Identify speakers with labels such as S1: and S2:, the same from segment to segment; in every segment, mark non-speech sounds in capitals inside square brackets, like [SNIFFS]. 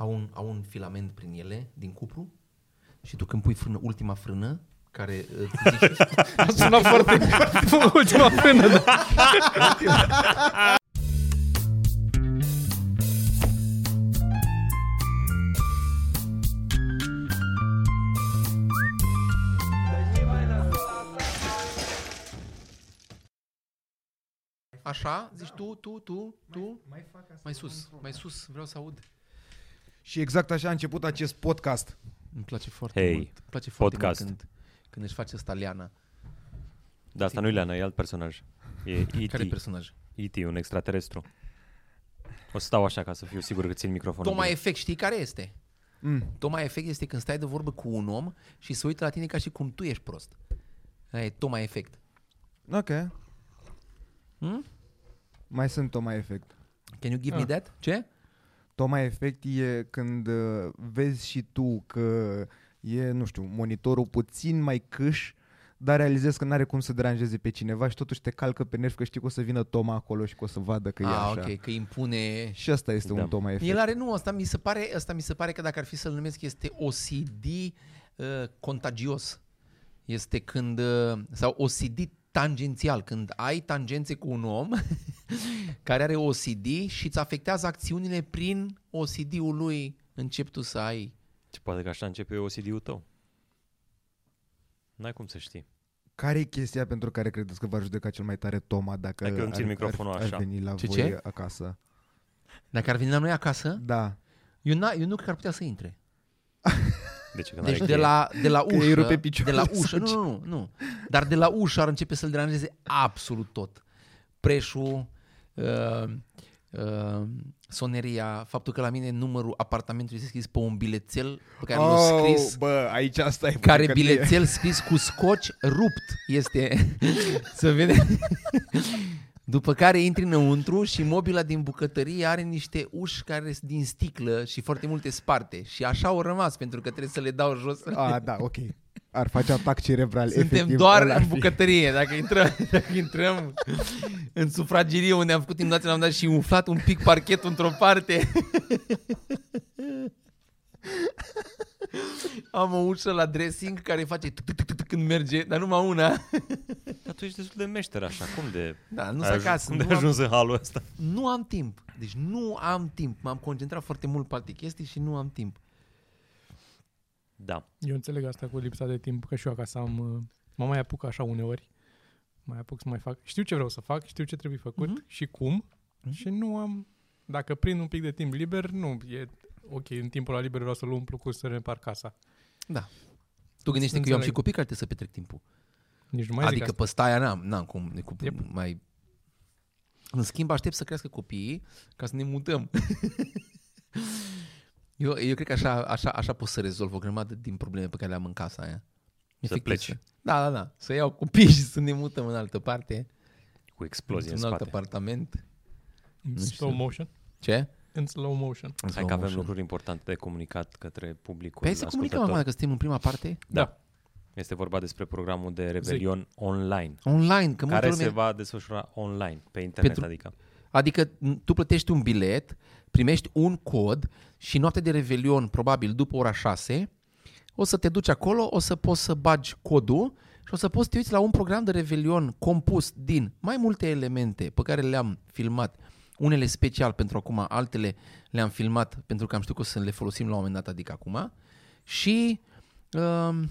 S1: au un, au un filament prin ele, din cupru, și tu când pui frână, ultima frână, care uh, îți zice,
S2: A sunat foarte [LAUGHS] ultima frână. Da.
S1: așa, zici tu, tu, tu, tu, mai, mai sus, mai sus, vreau să aud.
S3: Și exact așa a început acest podcast.
S1: Îmi place foarte
S4: Hei,
S1: mult. Îmi place foarte
S4: podcast.
S1: mult când, când își face asta Leana.
S4: Da, asta nu e Leana, e alt personaj.
S1: [LAUGHS]
S4: E
S1: Care
S4: E.T.
S1: personaj?
S4: E.T., un extraterestru. O să stau așa ca să fiu sigur că țin microfonul.
S1: Toma
S4: bine.
S1: efect, știi care este?
S3: Mm.
S1: Toma efect este când stai de vorbă cu un om și se uită la tine ca și cum tu ești prost. Aia e Toma efect.
S3: Ok.
S1: Hmm?
S3: Mai sunt Toma Effect.
S1: Can you give ah. me that? Ce?
S3: Toma Effect e când uh, vezi și tu că e, nu știu, monitorul puțin mai câș, dar realizezi că n-are cum să deranjeze pe cineva și totuși te calcă pe nervi că știi că o să vină Toma acolo și că o să vadă că e
S1: ah,
S3: așa.
S1: ok, că impune...
S3: Și asta este
S4: Da.
S3: un Toma Effect.
S1: El are, nu, asta mi se pare, asta mi se pare că dacă ar fi să-l numesc este OCD uh, contagios. Este când, uh, sau OCD tangențial, când ai tangențe cu un om [LAUGHS] care are OCD și îți afectează acțiunile prin OCD-ul lui, începi tu să ai.
S4: Ce poate că așa începe OCD-ul tău. N-ai cum să știi.
S3: Care e chestia pentru care credeți că va judeca cel mai tare Toma dacă
S4: Hai că îmi țin microfonul
S3: ar,
S4: așa.
S3: ar veni la
S1: Ce,
S3: voi
S1: ce?
S3: acasă?
S1: Dacă ar veni la noi acasă,
S3: Da.
S1: eu, na, eu nu cred că ar putea să intre.
S4: De ce? Că
S1: Deci de la, de la
S3: Că îi
S1: ușă,
S3: rupe piciorul
S1: de la
S3: sau
S1: ușă, nu,
S3: ce?
S1: nu, nu, nu, dar de la ușă ar începe să-l deranjeze absolut tot. Preșul, uh, uh, soneria, faptul că la mine numărul apartamentului este scris pe un bilețel pe care l-a scris,
S3: Oh, bă, aici asta e
S1: care
S3: bucătărie.
S1: bilețel scris cu scoci rupt
S3: [LAUGHS]
S1: este, să vede. După care intri înăuntru și mobila din bucătărie are niște uși care sunt din sticlă și foarte multe sparte. Și așa au rămas, pentru că trebuie să le dau jos.
S3: A, da, ok. Ar face atac cerebral.
S1: Suntem
S3: efectiv,
S1: doar
S3: ăla ar
S1: în
S3: fi.
S1: bucătărie. Dacă intrăm, [LAUGHS] dacă intrăm în sufragerie unde am făcut inundație, am dat și umflat un pic parchetul într-o parte. [LAUGHS] Am o ușă la dressing care face tuc, tuc, tuc, tuc, tuc când merge, dar numai una.
S4: Dar tu ești destul de meșter așa. Cum de...
S1: Da, nu
S4: ai
S1: sunt
S4: aj-
S1: acasă.
S4: Cum de
S1: Nu
S4: ai
S1: am,
S4: ajuns în halul ăsta?
S1: nu am timp. Deci nu am timp. M-am concentrat foarte mult pe alte chestii și nu am timp.
S4: Da.
S2: Eu înțeleg asta cu lipsa de timp, că și eu acasă am... uh, Mă mai apuc așa uneori. Mai apuc să mai fac. Știu ce vreau să fac, știu ce trebuie făcut
S1: Mhm.
S2: și cum. Și nu am... Dacă prind un pic de timp liber, nu e... Ok, în timpul la liber vreau să-l umplu cu să repar casa.
S1: Da. Tu gândește că eu am
S2: Înțeleg.
S1: și copii care trebuie să petrec timpul.
S2: Nici nu mai
S1: adică
S2: zic
S1: pe staia n-am, n-am cum, cu,
S2: Yep.
S1: yep. mai... În schimb, aștept să crească copiii ca să ne mutăm. [LAUGHS] eu, eu cred că așa, așa, așa pot să rezolv o grămadă din probleme pe care le am în casa aia.
S4: pleci.
S1: Da, da, da. Să iau copii și să ne mutăm în altă parte,
S4: Cu explozie în
S1: într-un alt
S4: spate.
S1: apartament.
S2: asta. În
S1: nu știu.
S2: slow motion.
S1: Ce?
S2: În slow motion.
S1: În
S4: Hai
S1: slow
S4: că avem
S1: motion.
S4: lucruri importante de comunicat către publicul
S1: Păi hai să comunicăm acum,
S4: ascultător.
S1: dacă suntem în prima parte,
S4: Da. Este vorba despre programul de Revelion online.
S1: online, că multă
S4: Care
S1: lume...
S4: se va desfășura online, pe internet,
S1: Pentru-
S4: adică.
S1: Adică n- tu plătești un bilet, primești un cod și noaptea de revelion, probabil după ora 6, o să te duci acolo, o să poți să bagi codul și o să poți să te uiți la un program de revelion compus din mai multe elemente pe care le-am filmat, unele special pentru acum, altele le-am filmat pentru că am știut că o să le folosim la un moment dat, adică acum, și um,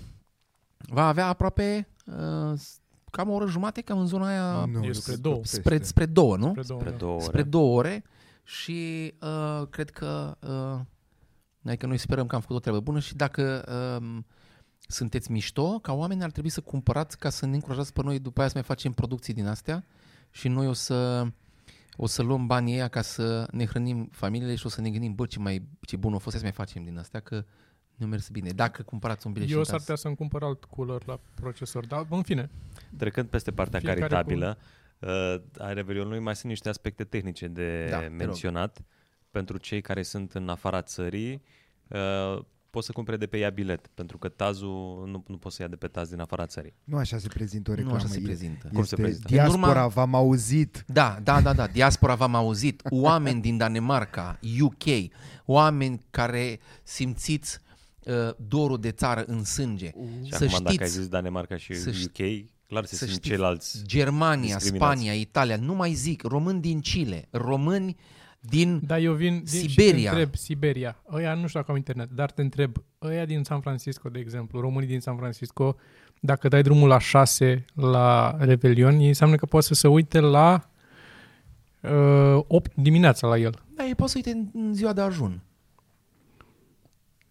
S1: va avea aproape uh, s- cam o oră jumate, cam în zona aia,
S3: Nu,
S2: E
S3: nu
S2: spre
S3: se
S2: două.
S3: potește.
S1: spre, spre două, nu?
S2: Spre două,
S4: Spre
S2: da.
S4: două ore.
S1: spre două ore și uh, cred că uh, adică noi sperăm că am făcut o treabă bună și dacă um, sunteți mișto, ca oameni ar trebui să cumpărați ca să ne încurajați pe noi după aia să mai facem producții din astea și noi o să o să luăm banii ăia ca să ne hrănim familiile și o să ne gândim, bă, ce, mai, ce bun a fost să mai facem din astea, că nu mers bine. Dacă cumpărați un bilet și
S2: Eu s-ar
S1: intrați-
S2: putea să-mi cumpăr alt cooler la procesor, dar în fine,
S4: Trecând peste partea
S2: Fiecare
S4: caritabilă, uh, ai Revelionului mai sunt niște aspecte tehnice de
S1: Da,
S4: da,
S1: te rog.
S4: menționat. Pentru cei care sunt în afara țării, uh, poți să cumpere de pe ea bilet, pentru că tazul nu, nu poți să ia de pe taz din afara țării.
S3: Nu așa se prezintă o reclamă.
S1: așa se
S3: e-
S1: prezintă.
S3: Este
S4: Cum se prezintă?
S3: Diaspora,
S1: În urma-
S3: v-am auzit.
S1: Da, da, da, da, diaspora v-am auzit, oameni din Danemarca, UK, oameni care simțiți uh, dorul de țară în sânge.
S4: Și
S1: Să
S4: acum dacă ai
S1: știți,
S4: zis Danemarca și
S1: Să ști-
S4: UK, clar se
S1: să
S4: simt
S1: știți.
S4: ceilalți.
S1: Germania,
S4: discriminați.
S1: Spania, Italia, nu mai zic, români din Chile, români din...
S2: Da, eu vin din
S1: Siberia.
S2: Și te întreb, Siberia. Ăia, nu știu dacă am internet, dar te întreb, ăia din San Francisco, de exemplu, românii din San Francisco, dacă dai drumul la 6 la Revelion, ei înseamnă că poate să se uite la uh, 8 dimineața la el.
S1: Da, ei pot să uite în- în ziua de ajun.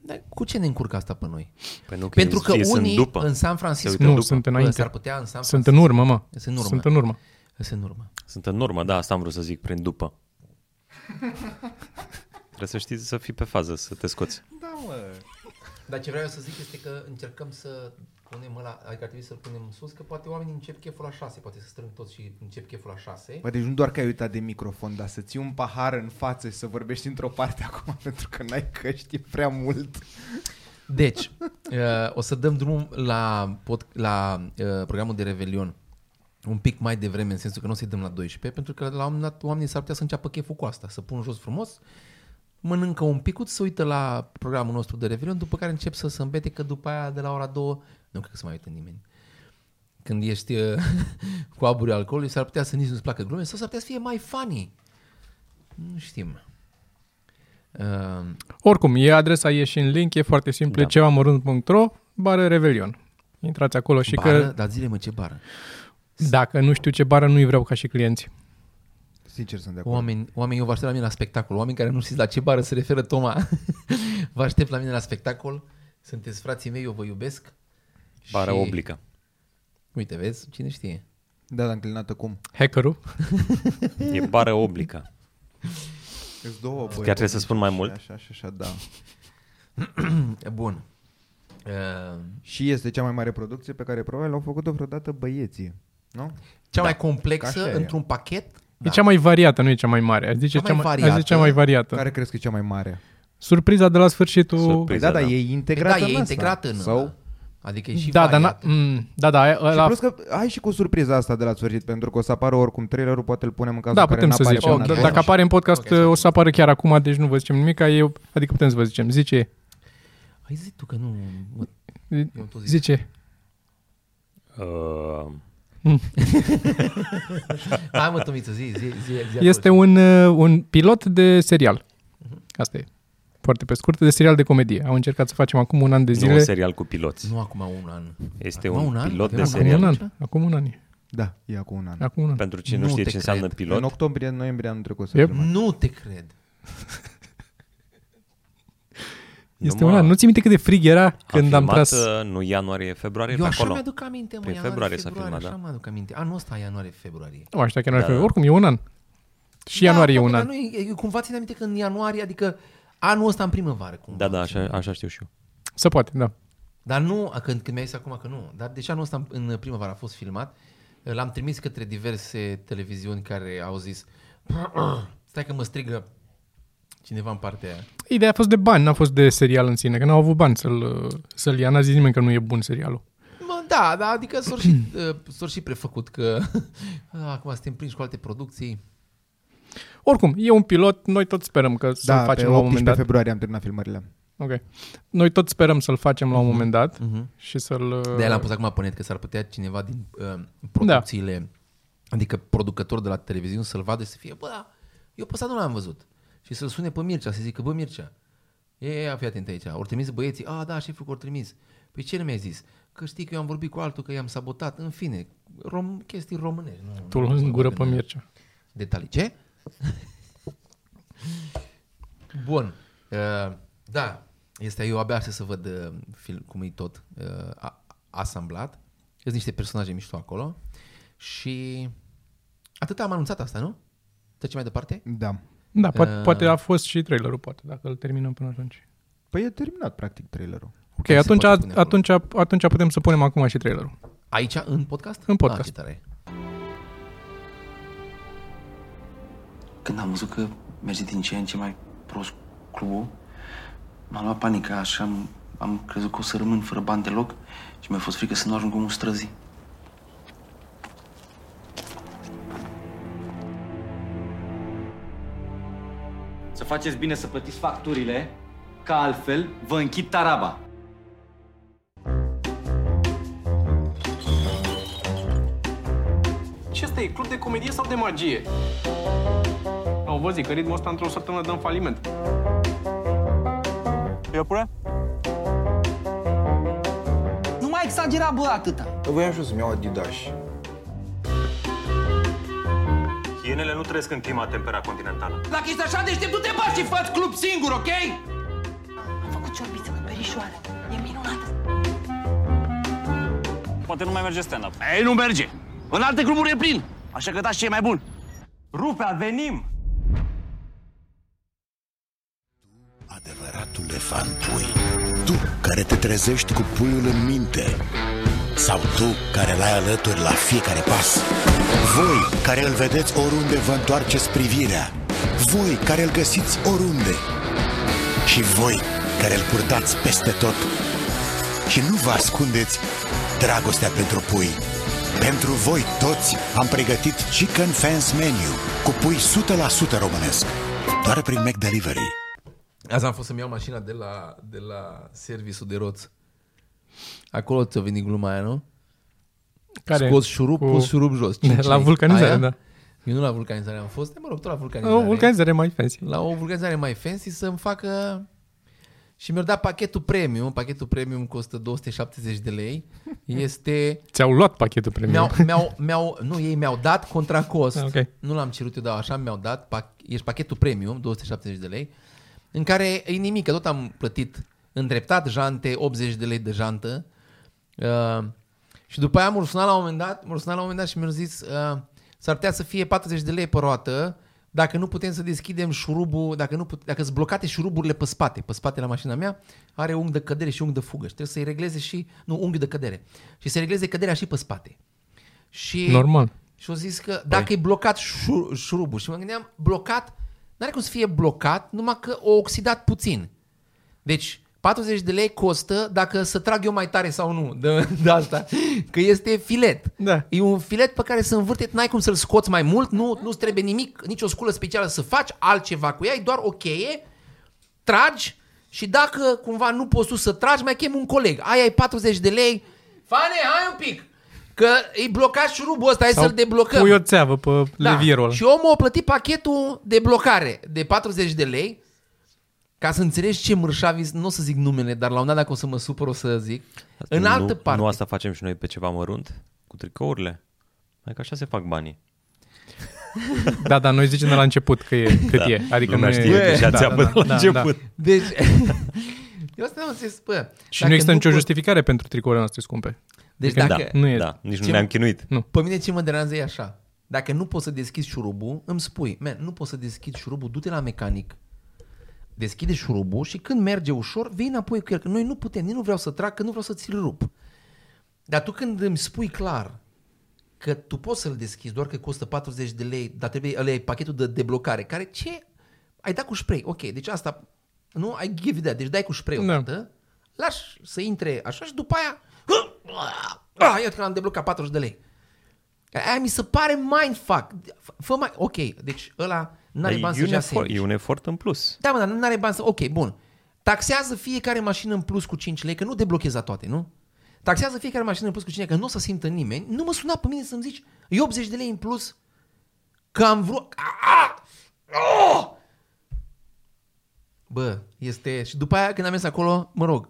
S1: Dar cu ce ne încurcă asta pe noi?
S4: Păi nu,
S1: Pentru
S4: ei-
S1: că
S4: ei sunt
S1: unii
S4: după.
S1: în San Francisco...
S4: uite
S2: nu,
S4: după.
S2: sunt
S1: Bă,
S2: înainte.
S1: S-ar putea în San
S2: Sunt în urmă, mă.
S1: Sunt în urmă.
S2: Sunt în urmă.
S1: Sunt în urmă.
S4: Sunt în urmă, da, asta am vrut să zic prin după. Trebuie să știi să fii pe fază, să te scoți.
S1: Dar ce vreau eu să zic este că încercăm să punem ăla, adică ar trebui să-l punem în sus, că poate oamenii încep cheful la 6, poate să strâng toți și încep cheful la 6.
S3: Bă, deci nu doar că ai uitat de microfon, dar să ții un pahar în față și să vorbești într-o parte acum [LAUGHS] pentru că n-ai căști e prea mult.
S1: Deci, uh, o să dăm drumul la, pod, la uh, programul de Revelion un pic mai devreme, în sensul că nu o să-i dăm la 12, pentru că la un moment dat oamenii s-ar putea să înceapă cheful cu asta, să pun jos frumos, mănâncă un picuț, se uită la programul nostru de Revelion, după care încep să se îmbete că după aia de la ora 2 nu cred că se mai uită nimeni. Când ești uh, [LAUGHS] cu aburi alcoolului, s-ar putea să nici nu-ți placă glume sau s-ar putea să fie mai funny. Nu știm. Uh,
S2: Oricum, e adresa e și în link, e foarte simplu, da.
S4: Da.
S2: cevamărunt.ro, bară Revelion. Intrați acolo și
S1: bară?
S2: că
S1: Dar zile-mă ce bară.
S2: dacă nu știu ce bară, nu-i vreau ca și clienți.
S3: Sincer sunt de acord.
S1: Oameni, oameni, eu vă aștept la mine la spectacol. Oameni care nu știți la ce bară se referă Toma, [LAUGHS] vă aștept la mine la spectacol. Sunteți frații mei, eu vă iubesc.
S4: Bara
S1: Și-
S4: obligă.
S1: Uite, vezi, cine știe.
S3: Da, dar înclinată cum?
S2: Hackerul.
S4: E bara
S2: [LAUGHS]
S4: obligă.
S3: Sunt două, bă.
S4: trebuie să spun mai mult?
S3: Așa, așa, așa, da.
S1: Bun. Uh,
S3: Și este cea mai mare producție pe care probabil au făcut-o vreodată băieții, nu?
S1: Cea da, mai
S3: Ca
S1: complexă
S3: așa e.
S1: într-un pachet.
S2: Da. E cea mai variată, nu e cea mai mare. Aș zice
S1: Cea
S2: cea,
S1: mai
S2: mai,
S1: variată.
S2: variată, zice cea mai variată. Care...
S3: Care crezi că e cea mai mare?
S2: Surpriza de la sfârșitul...
S4: Surpriza.
S3: Păi
S4: Păi
S3: da,
S4: da,
S3: da,
S4: da.
S3: e integrat
S1: Păi da,
S3: în
S1: e
S3: asta.
S1: integrat în...
S3: Sau?
S1: Adică e și
S2: da, dar
S1: variat.
S2: n-a, mm, da, da,
S3: Și
S2: ăla,
S3: plus că ai și cu surpriza asta de la sfârșit, pentru că o să apară oricum trailerul, poate îl punem în cazul
S2: da,
S3: în care
S2: putem să
S3: n-apare
S2: zicem.
S1: zicem, da,
S3: până
S2: D-
S3: atunci.
S2: Dacă apare în podcast,
S1: Ok, să
S2: okay, o să apară chiar acum, deci nu vă zicem nimic. Eu, adică putem să vă zicem. Zice,
S1: Hai zis tu că nu... Mă, eu tot zic.
S2: zice,
S4: Uh,
S1: Hai mă, Tomiță, zi, zi, zi, zi
S2: este
S1: acolo.
S2: un, uh, un pilot de serial.
S4: Mhm.
S2: Asta e. Foarte pe scurt, de serial de comedie. Am încercat să facem acum un an de
S4: nu un
S2: zile.
S4: serial cu piloți.
S1: Nu acum un an.
S4: Este
S1: Acum un
S4: un
S1: an?
S4: pilot de
S1: Acum
S2: Acum un
S4: serial.
S2: an. Acum un an. e.
S3: Da, e acum un an.
S2: Acum [LAUGHS] un an.
S4: Pentru cine nu,
S1: Nu
S4: știe
S1: te
S4: ce
S1: cred.
S4: înseamnă pilot,
S3: În octombrie, în noiembrie anul trecut să
S2: Yep.
S3: filmat.
S1: Nu te cred.
S2: Este
S4: nu
S2: un
S4: mă-
S2: an. Nu ți minte cât de frig era
S4: a
S2: când am
S4: filmat,
S2: tras...
S4: uh, Nu ianuarie, februarie,
S1: Eu
S4: pe
S1: așa
S4: acolo.
S1: mi-aduc aminte, mă,
S4: Prin
S1: ianuarie,
S4: februarie s-a
S1: februarie,
S4: filmat,
S1: așa
S4: da.
S1: mi-aduc aminte. Anul ăsta, ianuarie, februarie.
S2: Nu așa chiar nu
S4: Da,
S2: da,
S4: da.
S2: Oricum, e un an. Și ianuarie e
S1: poate,
S2: Da, un
S1: dar
S2: an.
S1: Nu, e- e- cumva țin aminte că în ianuarie, adică anul ăsta în primăvară. Cumva.
S4: Da, da, așa, așa știu și eu.
S2: Se poate, da.
S1: Dar nu, a, când, când mi-ai zis acum că nu. Dar deci anul ăsta în- în primăvară a fost filmat. L-am trimis către diverse televiziuni care au zis [CLEARS THROAT] stai că mă strigă cineva în partea aia.
S2: Ideea a fost de bani, n-a fost de serial în sine, că n-au avut bani să-l, să-l ia, n-a zis nimeni că nu e bun serialul.
S1: Mă, da, da, adică s-or
S4: [CLEARS THROAT]
S1: și, uh, s-or și prefăcut că [LAUGHS] uh, acum suntem prinși cu alte producții.
S2: Oricum, e un pilot, noi tot sperăm că să-l
S3: Da, pe
S2: facem la un moment
S3: 18
S2: dat.
S3: februarie am terminat filmările.
S2: Ok. Noi tot sperăm să-l facem la un moment dat
S1: Mhm.
S2: și să-l...
S1: De-aia l-am pus acum pe net, că s-ar putea cineva din uh, producțiile, da. adică producători de la televiziuni să-l vadă și să fie, bă, da, eu pe ăsta nu l-am văzut. Și să-l sune pe Mircea, să zică, bă, Mircea, e, ia, fii atent aici, ori trimis băieții, a, da, șeful, ori trimis. Păi ce nu mi-ai zis? Că știi că eu am vorbit cu altul, că i-am sabotat, în fine, rom- chestii românești. Nu,
S2: Tu îl în gură pe Mircea.
S1: Detalii, ce? Bun. Uh, da, este eu abia aștept să văd uh, film, cum e tot uh, a- asamblat. Sunt niște personaje mișto acolo. Și atât am anunțat asta, nu? Trecem mai departe?
S3: Da.
S2: Da, poate,
S1: Uh.
S2: poate a fost și trailerul, poate, dacă îl terminăm până atunci.
S3: Păi e terminat, practic, trailerul.
S2: Ok,
S1: se
S2: atunci,
S1: poate pune
S2: atunci, atunci putem să punem acum și trailerul.
S1: Aici, în podcast?
S2: În podcast.
S1: Ah, ce tare.
S5: Când am văzut că merge din ce în ce mai prost clubul, m-a luat panica și am Am crezut că o să rămân fără bani deloc și mi-a fost frică să nu ajung omul străzii.
S6: Să faceți bine să plătiți facturile, că altfel vă închid taraba.
S2: Ce ăsta e? Club de comedie sau de magie? Au vă zic că ritmul ăsta într-o săptămână dăm faliment.
S7: Iepure?
S6: Nu mai exagera, bă, atâta!
S8: Voiam și eu să-mi iau Adidas.
S7: Hienele nu trăiesc în clima tempera continentală.
S6: Dacă ești așa deștept, du-te bă și fă club singur, ok?
S9: Am făcut ciorbiță cu perișoare. E minunată.
S7: Poate nu mai merge stand-up.
S6: Ei, nu merge! În alte cluburi e plin! Așa că dați ce e mai bun! Rupea, venim!
S10: Adevăratule fantui, tu care te trezești cu puiul în minte sau tu care l-ai alături la fiecare pas. Voi care îl vedeți oriunde vă întoarceți privirea. Voi care îl găsiți oriunde. Și voi care îl purtați peste tot. Și nu vă ascundeți dragostea pentru pui. Pentru voi toți am pregătit Chicken Fans Menu cu pui 100% românesc. Doar prin McDelivery.
S1: Azi am fost să-mi iau mașina de la, de la serviciul de roți. Acolo ți-o venit gluma aia, nu? Scoți șurub, cu... pus șurub jos. Cinci
S2: [LAUGHS] La
S1: lei.
S2: vulcanizare, da.
S1: Eu nu la vulcanizare am fost, mă rog, tot la vulcanizare.
S2: O vulcanizare Oh, mai fancy.
S1: La o vulcanizare mai fancy să-mi facă... Și mi-au dat pachetul premium. Pachetul premium costă 270 de lei.
S2: [LAUGHS]
S1: Este...
S2: Ți-au luat pachetul premium.
S1: Mi-au, mi-au, mi-au, nu, ei mi-au dat contra cost.
S2: Ah, ok.
S1: Nu l-am cerut eu, dar așa mi-au dat. Pac- ești pachetul premium, 270 de lei, în care e nimic, că tot am plătit îndreptat jante, 80 de lei de jantă. Uh, și după aia m-au sunat la un moment dat, m-au sunat la un moment dat și mi-au zis uh, s-ar putea să fie 40 de lei pe roată dacă nu putem să deschidem șurubul, dacă, nu put- dacă sunt blocate șuruburile pe spate, pe spate la mașina mea, are unghi de cădere și unghi de fugă și trebuie să-i regleze și, nu, unghi de cădere, și să-i regleze căderea și pe spate. Și,
S2: Normal.
S1: și au zis că dacă e blocat șu- șurubul și mă gândeam, blocat, n-are cum să fie blocat, numai că o oxidat puțin. Deci 40 de lei costă dacă să trag eu mai tare sau nu de, de asta. Că este filet.
S2: Da.
S1: E un filet pe care să învârte, n-ai cum să-l scoți mai mult, nu, nu trebuie nimic, nicio sculă specială să faci altceva cu ea, e doar o cheie, tragi și dacă cumva nu poți tu să tragi, mai chem un coleg. Aia e 40 de lei. Fane, hai un pic! Că e blocat șurubul ăsta, hai
S2: Sau
S1: să-l deblocăm.
S2: Pui o țeavă pe da. levierul ăla.
S1: Și omul a plătit pachetul de blocare de 40 de lei ca să înțelegi ce mărșavi, nu o să zic numele, dar la un dat dacă o să mă supăr o să zic. în
S4: nu,
S1: altă parte,
S4: Nu asta facem și noi pe ceva mărunt? Cu tricourile? Mai că așa se fac banii.
S2: Da, da, noi zicem de la început că e cât da. e. Adică
S4: Lumea
S2: nu e...
S4: știe deja [LAUGHS]
S2: da,
S4: țeapă de la început.
S1: deci, [LAUGHS] eu asta am zis, bă,
S2: Și
S1: dacă
S2: nu există nicio
S1: pot-
S2: justificare pentru tricourile noastre scumpe.
S1: Deci
S2: Adică
S1: dacă,
S4: Da,
S2: Nu e-
S4: da, nici nu
S1: Ce-
S4: ne-am chinuit.
S1: Pe mine ce mă deranjează e așa. Dacă nu poți să deschizi șurubul, îmi spui, man, nu poți să deschizi șurubul, du-te la mecanic, deschide șurubul și când merge ușor, vei înapoi cu el. Că noi nu putem, nici nu vreau să trag, că nu vreau să ți-l rup. Dar tu când îmi spui clar că tu poți să-l deschizi, doar că costă 40 de lei, dar trebuie, ăla e pachetul de deblocare, care ce? Ai dat cu spray, ok, deci asta, nu, ai give it that, deci dai cu spray
S2: Da.
S1: odată, lași să intre așa și după aia, [SNIFFS] ah, iată că l-am deblocat 40 de lei. Aia mi se pare mindfuck. Fă mai, ok, deci ăla n-are
S4: Dar
S1: bani
S4: Păi,
S1: să-și
S4: e, un
S1: ia
S4: efort,
S1: sandwich.
S4: e un efort în plus.
S1: Da, mă, dar nu are bani să... Ok, bun. Taxează fiecare mașină în plus cu 5 lei, că nu deblocheza toate, nu? Taxează fiecare mașină în plus cu 5 lei, că nu o să simtă nimeni. Nu mă suna pe mine să-mi zici, e 80 de lei în plus, că am vrut... Ah! Oh! Bă, este... Și după aia, când am mers acolo, mă rog,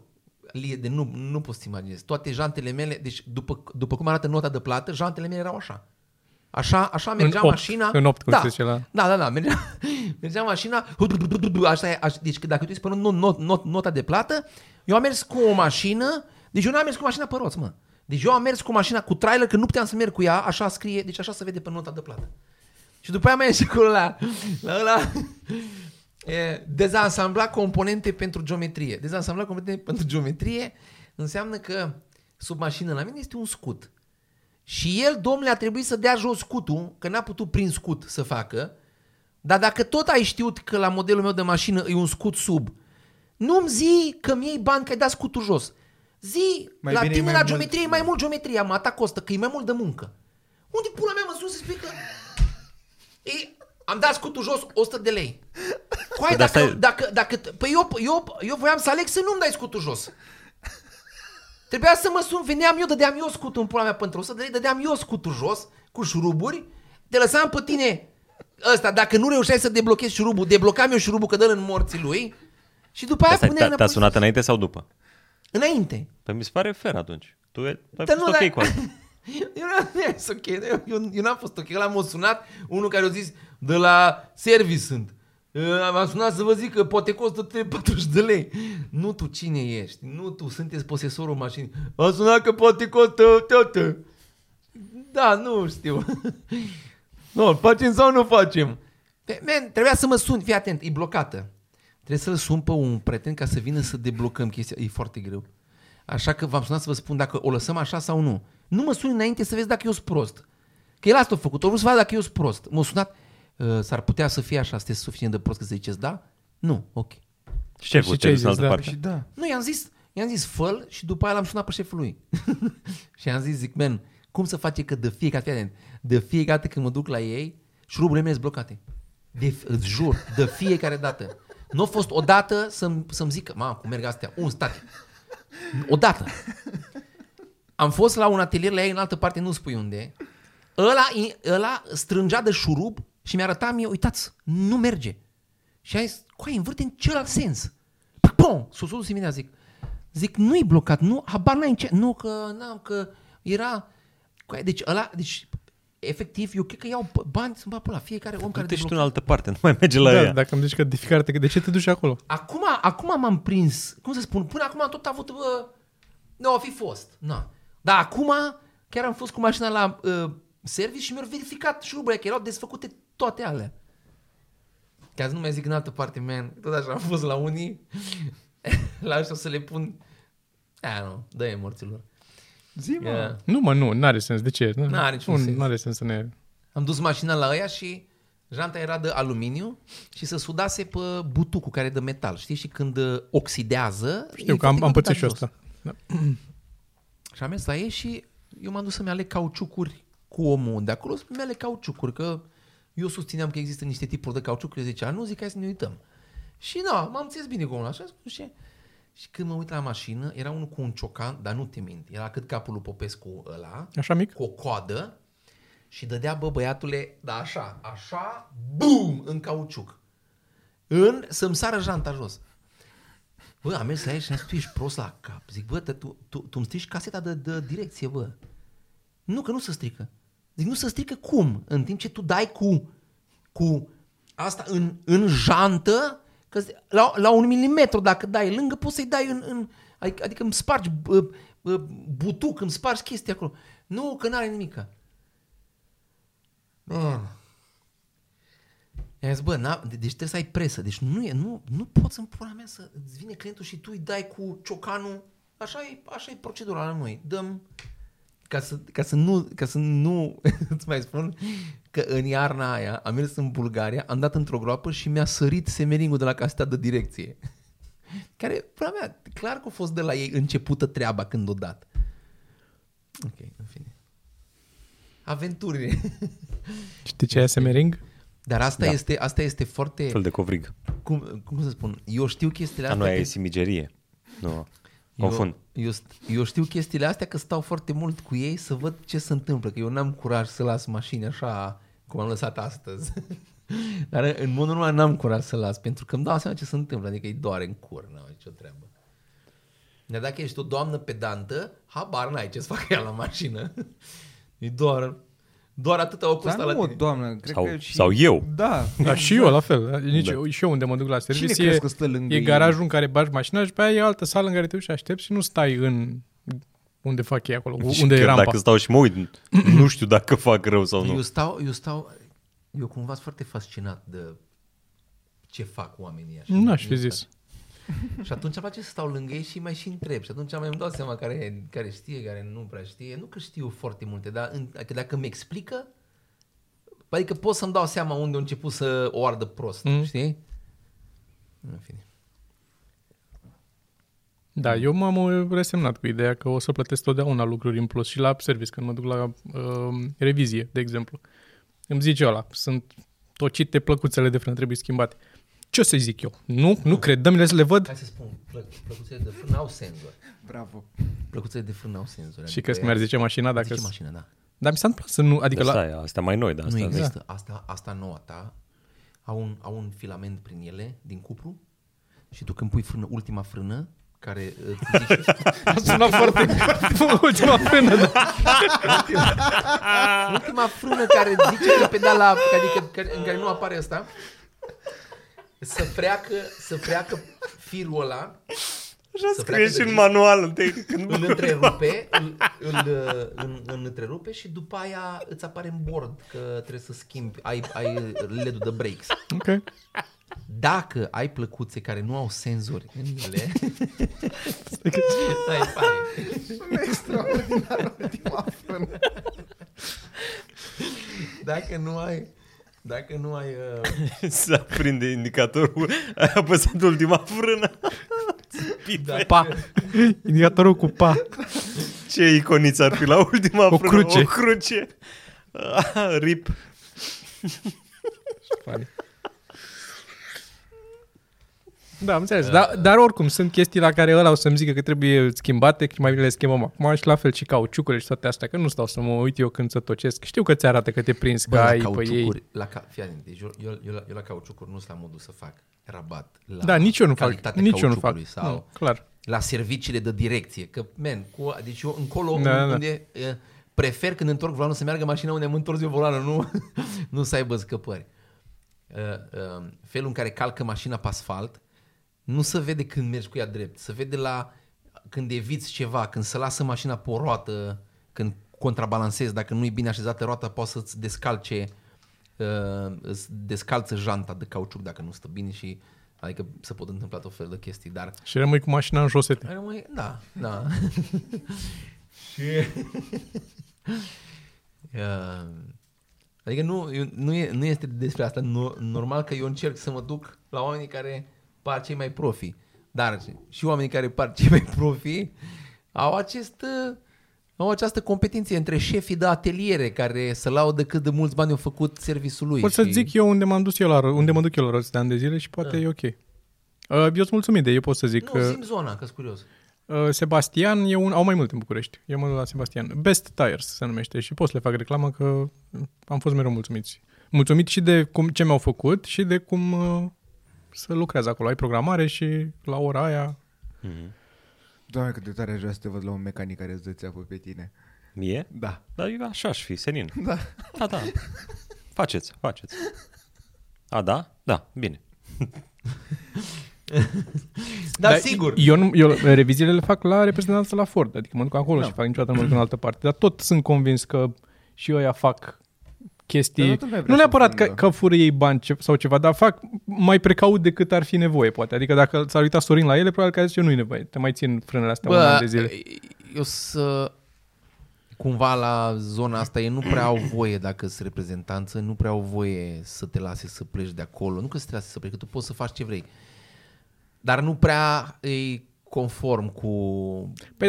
S1: Lie, de nu, nu poți să imaginezi. Toate jantele mele, deci după, după cum arată nota de plată, jantele mele erau așa. Așa, așa mergea
S2: opt,
S1: mașina.
S2: în opt, cum
S1: da,
S2: se zice la-
S1: da, da, da, mergea, [LAUGHS] mergea mașina, așa e, așa, deci că dacă tu ești pe not, not, not, nota de plată, eu am mers cu o mașină, deci eu n-am mers cu mașina pe roți, mă. Deci eu am mers cu mașina cu trailer, că nu puteam să merg cu ea, așa scrie, deci așa se vede pe nota de plată. Și după aia mai ieșit acolo la, la ăla, e, dezansambla componente pentru geometrie. Dezansambla componente pentru geometrie înseamnă că sub mașină la mine este un scut. Și el, domnule, a trebuit să dea jos scutul, că n-a putut prin scut să facă. Dar dacă tot ai știut că la modelul meu de mașină e un scut sub, Nu-mi zi că mi iei bani că ai dat scutul jos. Zi,
S3: Mai
S1: mai la
S3: bine e
S1: tine
S3: mai
S1: la
S3: mult.
S1: geometrie e mai mult geometria, mă, ta costă, că e mai mult de muncă. Unde pula mea mă sus să spui că... Ei, am dat scutul jos 100 de lei. Coai,
S4: Păi, dar
S1: dacă,
S4: stai-
S1: dacă, dacă, păi eu, eu, eu voiam să aleg să nu-mi dai scutul jos. Trebuia să mă sun, veneam eu, dădeam eu scutul în pula mea pentru 100 de lei, dădeam eu scutul jos, cu șuruburi, te lăsam pe tine ăsta, dacă nu reușeai să deblochezi șurubul, deblocam eu șurubul că dă în morții lui și după aia
S4: Asta
S1: puneai
S4: te-a
S1: înapoi.
S4: sunat înainte sau după?
S1: Înainte.
S4: Păi mi se pare fair atunci. Tu ai ai
S1: Dar
S4: fost ok
S1: [COUGHS]
S4: cu asta.
S1: [LAUGHS] Eu n-am fost ok, eu, eu, eu n-am fost ok. L-am o sunat unul care a zis, de la service sunt. Uh, M-am sunat să vă zic că poate costă 40 de lei. Nu tu cine ești, nu tu, sunteți posesorul mașinii. M-am sunat că poate costă tată. Da, nu știu. [LAUGHS] nu, îl facem sau nu facem? Pe- Man, trebuia să mă sun, fii atent, e blocată. Trebuie să-l sun pe un prieten ca să vină să deblocăm chestia. E foarte greu. Așa că v-am sunat să vă spun dacă o lăsăm așa sau nu. Nu mă suni înainte să vezi dacă eu sunt prost. Că el asta a făcut. O vrut să vadă dacă eu sunt prost. M-a sunat. "Uh, S-ar putea să fie așa, sunteți suficient de prost că să ziceți da? Nu, ok.
S4: Și ce ai
S2: Și
S4: făcut?
S2: ce ai
S4: Te-ai dus în
S2: zis,
S4: altă
S2: da.
S4: parte?
S3: Și da.
S1: Nu, i-am zis, i-am zis fă și după aia l-am sunat pe șeful lui. [LAUGHS] și i-am zis, zic, man, cum să face că de fiecare, fii atent, de fiecare dată când mă duc la ei, șuruburile mele sunt blocate. De, îți jur, de fiecare dată. Nu a fost odată să-mi, să-mi zică, mamă, cum merg astea, un stat. Odată. Am fost la un atelier la ei în altă parte, nu spui unde. Ăla, ăla strângea de șurub și mi-a arătat mie, uitați, nu merge. Și ai zis, coai, învârte în celălalt sens. Păi, Pac, pom, s-o sus Siminea, zic. Zic, nu-i blocat, nu, habar n-ai în ce... Nu, că n-am, că era... Coai, deci ăla, deci efectiv, eu cred că iau b- bani să-mi bag pula, fiecare om care
S4: Du-te și tu
S1: deblochează.
S4: în altă parte, [LAUGHS] nu mai merge la
S2: Da,
S4: ea.
S2: dacă îmi zici că de fiecare dată, de ce te duci acolo?
S1: Acum, acum m-am prins, cum să spun, până acum am tot avut, bă, nu, a fi fost, na. Dar acum, chiar am fost cu mașina la uh, service și mi-au verificat șurubele, că erau desfăcute toate alea. Ca să nu mai zic în altă parte, man, tot așa am fost la unii, [LAUGHS] la ăștia o să le pun, aia nu, dă-i morților.
S3: Zi, mă.
S1: Yeah.
S2: Nu, mă, nu, n-are sens. De ce? Nu,
S1: N-are niciun
S2: nu,
S1: sens.
S2: N-are sens să ne...
S1: Am dus mașina la ăia și janta era de aluminiu și se sudase pe butucul care e de metal, știi? Și când uh, oxidează...
S2: Știu
S1: e
S2: că am,
S1: foarte greu
S2: am pățit și
S1: dat
S2: eu
S1: jos.
S2: asta. Da.
S1: Și am mers la ei și eu m-am dus să-mi aleg cauciucuri cu omul de acolo, să-mi aleg cauciucuri, că eu susțineam că există niște tipuri de cauciucuri, zicea, nu, zic, hai să ne uităm. Și na, m-am țins bine cu omul așa, spun, și, și când mă uit la mașină, era unul cu un ciocan, dar nu te mint, era cât capul lui Popescu ăla,
S2: Așa mic?
S1: cu o coadă și dădea, bă, băiatule, da așa, așa, bum, în cauciuc. În, să-mi sară janta jos. Bă, am mers la el și am zis, tu ești prost la cap. Zic, bă, tă, tu, tu, tu îmi strici caseta de, de direcție, bă. Nu, că nu se strică. Zic, nu se strică cum? În timp ce tu dai cu, cu asta în, în jantă, că zi- la, la un milimetru dacă dai lângă, poți să-i dai în... în adică, adică îmi spargi bă, bă, butuc, îmi spargi chestia acolo. Nu, că n-are nimica. Man. I-am zis, bă, n-a, de- deci trebuie să ai presă. Deci nu, e, nu, nu poți în pula mea să îți vine clientul și tu îi dai cu ciocanul. Așa e, așa e procedura la noi. Dăm ca să, ca să nu, ca să nu [LAUGHS] îți mai spun că în iarna aia am mers în Bulgaria, am dat într-o groapă și mi-a sărit semeringul de la caseta de direcție. [LAUGHS] Care, pula mea, clar că a fost de la ei începută treaba când o dat. Ok, în fine. Aventurile. [LAUGHS]
S2: Știi ce e semering?
S1: Dar asta, da. este, asta este foarte...
S4: Fel de covrig.
S1: Cum, cum să spun? Eu știu chestiile
S4: Dar
S1: astea...
S4: nu, aia
S1: că-
S4: e simigerie. Nu, confund.
S1: Eu, eu, st- eu știu chestiile astea că stau foarte mult cu ei să văd ce se întâmplă, că eu n-am curaj să las mașini așa cum am lăsat astăzi. [LAUGHS] Dar în mod normal n-am curaj să las, pentru că îmi dau seama ce se întâmplă, adică îi doare în cur, n-am nicio treabă. Dar dacă ești o doamnă pedantă, habar n-ai ce-ți facă ea la mașină. [LAUGHS] E doar, doar atâta o
S3: Dar
S1: costă la
S3: nu o
S1: tine.
S3: doamnă, cred
S4: Sau-
S3: că și...
S4: sau eu.
S3: Da.
S2: Dar și eu, la fel. Nici,
S4: Da.
S2: da. Și eu unde mă duc la serviciu.
S3: Cine crezi
S2: e,
S3: că stă lângă
S2: e
S3: ei?
S2: garajul în care bagi mașina și pe aia e altă sală în care te duci și aștepți și nu stai în unde fac ei acolo,
S4: Și
S2: unde e
S4: chiar
S2: rampa.
S4: Dacă stau și mă uit, nu știu dacă fac rău sau
S1: Eu
S4: nu.
S1: stau, eu stau, eu cumva sunt foarte fascinat de ce fac oamenii așa.
S2: Nu aș fi
S1: Eu-
S2: zis.
S1: Și atunci îmi place să stau lângă ei și mai și întreb. Și atunci mai îmi dau seama care, care știe, care nu prea știe. Nu că știu foarte multe, dar în, că dacă mi explică, adică pot să-mi dau seama unde a început să o ardă prost, mm. știi? În fine.
S2: Da, eu m-am uh, resemnat cu ideea că o să plătesc totdeauna lucruri în plus și la service, când mă duc la uh, revizie, de exemplu. Îmi zice ăla, sunt tocite plăcuțele de frână, trebuie schimbate. Ce o să zic eu? Nu, nu cred, dă-mi să le văd
S1: Hai să spun, plă, plăcuțele de frână au senzor.
S3: Bravo.
S1: Plăcuțele de frână au senzor.
S2: și că mi-ar zice mașina dacă...
S1: Zice mașina, da.
S2: Dar mi s-a întâmplat să nu, adică
S4: Deci,
S2: la,
S4: stai, astea mai noi, dar
S1: Nu
S4: asta
S1: există. Asta, asta nouă a ta au un, au un filament prin ele, din cupru, și tu când pui frână, ultima frână, care uh, îți zice,
S2: a sunat foarte [LAUGHS] ultima frână, da.
S1: ultima frână care îți zice că pedala, adică că, în care nu apare asta, să freacă, să freacă firul ăla,
S4: Așa
S1: Să scrie pleacă și de
S4: scrie și
S1: în
S4: în
S1: vis.
S4: manual. Când...
S1: îl întrerupe, îl, îl, îl, îl întrerupe și după aia îți apare în bord că trebuie să schimbi, ai, ai LED-ul de brakes.
S2: Ok.
S1: Dacă ai plăcuțe care nu au senzori în ele, ai fai.
S3: Extraordinar ultima frână.
S1: Dacă nu ai... Dacă nu ai... Uh,
S4: Se aprinde indicatorul. Ai apăsat ultima frână.
S1: da,
S2: Pa. Indicatorul cu pa.
S4: Ce iconiță ar fi la ultima
S2: O
S4: frână?
S2: cruce.
S4: O cruce. Ah, Rip.
S2: [LAUGHS] Da, am înțeles. Da, dar oricum, sunt chestii la care ăla o să-mi zică că trebuie schimbate, că mai bine le schimbăm acum și la fel și cauciucurile și toate astea, că nu stau să mă uit eu când să tocesc. Știu că ți arată că te prins,
S1: Bă,
S2: că
S1: la
S2: ai pe ei.
S1: cauciucuri, la ca, fii atent, deci eu, eu, eu, la, eu la cauciucuri nu sunt la modul să fac rabat la
S2: Da, nici eu nu fac.
S1: calitatea
S2: Nici eu nu fac.
S1: cauciucului Sau
S2: Nu, clar.
S1: la serviciile de direcție, că, man, cu, deci eu încolo
S2: Da,
S1: da,
S2: da.
S1: unde da. prefer când întorc volanul să meargă mașina unde am întors eu volanul, nu, [LAUGHS] nu să aibă scăpări. Uh, uh, felul în care calcă mașina pe asfalt nu se vede când mergi cu ea drept, se vede la când eviți ceva, când se lasă mașina pe o roată, când contrabalansezi, dacă nu e bine așezată roata, poate să-ți descalce uh, îți descalță janta de cauciuc dacă nu stă bine și adică se pot întâmpla tot felul de chestii, dar
S2: Și rămâi cu mașina în josete.
S1: ai Rămâi, da, da. și... [LAUGHS] uh, adică nu, eu- nu, e, nu este despre asta. No, normal că eu încerc să mă duc la oamenii care par cei mai profi. Dar și oamenii care par cei mai profi au acest uh, au această competiție între șefii de ateliere care se laudă cât de mulți bani au făcut servisul lui.
S2: Pot să
S1: și- Da.
S2: zic eu unde m-am dus eu la, ră- unde mă duc eu la răți de ani de zile și poate e ok. Uh, Eu sunt mulțumit de ei, pot să zic.
S1: Nu,
S2: uh,
S1: simt zona, că curios.
S2: Uh, Sebastian e un... Au mai mult în București. Eu mă duc la Sebastian. Best Tires se numește și pot să le fac reclamă că am fost mereu mulțumiți. Mulțumit și de cum, ce mi-au făcut și de cum uh, să lucrează acolo. Ai programare și la ora aia...
S3: Doamne, cât de tare aș vrea să te văd la un mecanic care îți dă țeapă pe tine.
S4: Mie?
S3: Da.
S4: Dar eu așa aș fi, senin.
S3: Da.
S4: Da, da. Faceți, faceți. A, da? Da, bine.
S1: Dar, Da, sigur.
S2: Eu, nu- eu reviziile le fac la reprezentanță la Ford. Adică mă duc acolo da. și fac niciodată nu mă duc în altă parte. Dar tot sunt convins că și ăia fac
S3: Dar
S2: chestii...
S3: toată lumea vrea
S2: Nu neapărat
S3: să
S2: că,
S3: vândă.
S2: că fură ei bani ce, sau ceva, dar fac mai precaut decât ar fi nevoie, poate. Adică dacă s-ar uita Sorin la ele, probabil că ar zice nu-i nevoie. Te mai țin frânele astea un an de zile.
S1: eu să... Cumva la zona asta ei nu prea au voie dacă sunt reprezentanță, nu prea au voie să te lase să pleci de acolo. Nu că să te lase să pleci, că tu poți să faci ce vrei. Dar nu prea îi conform cu...
S2: Păi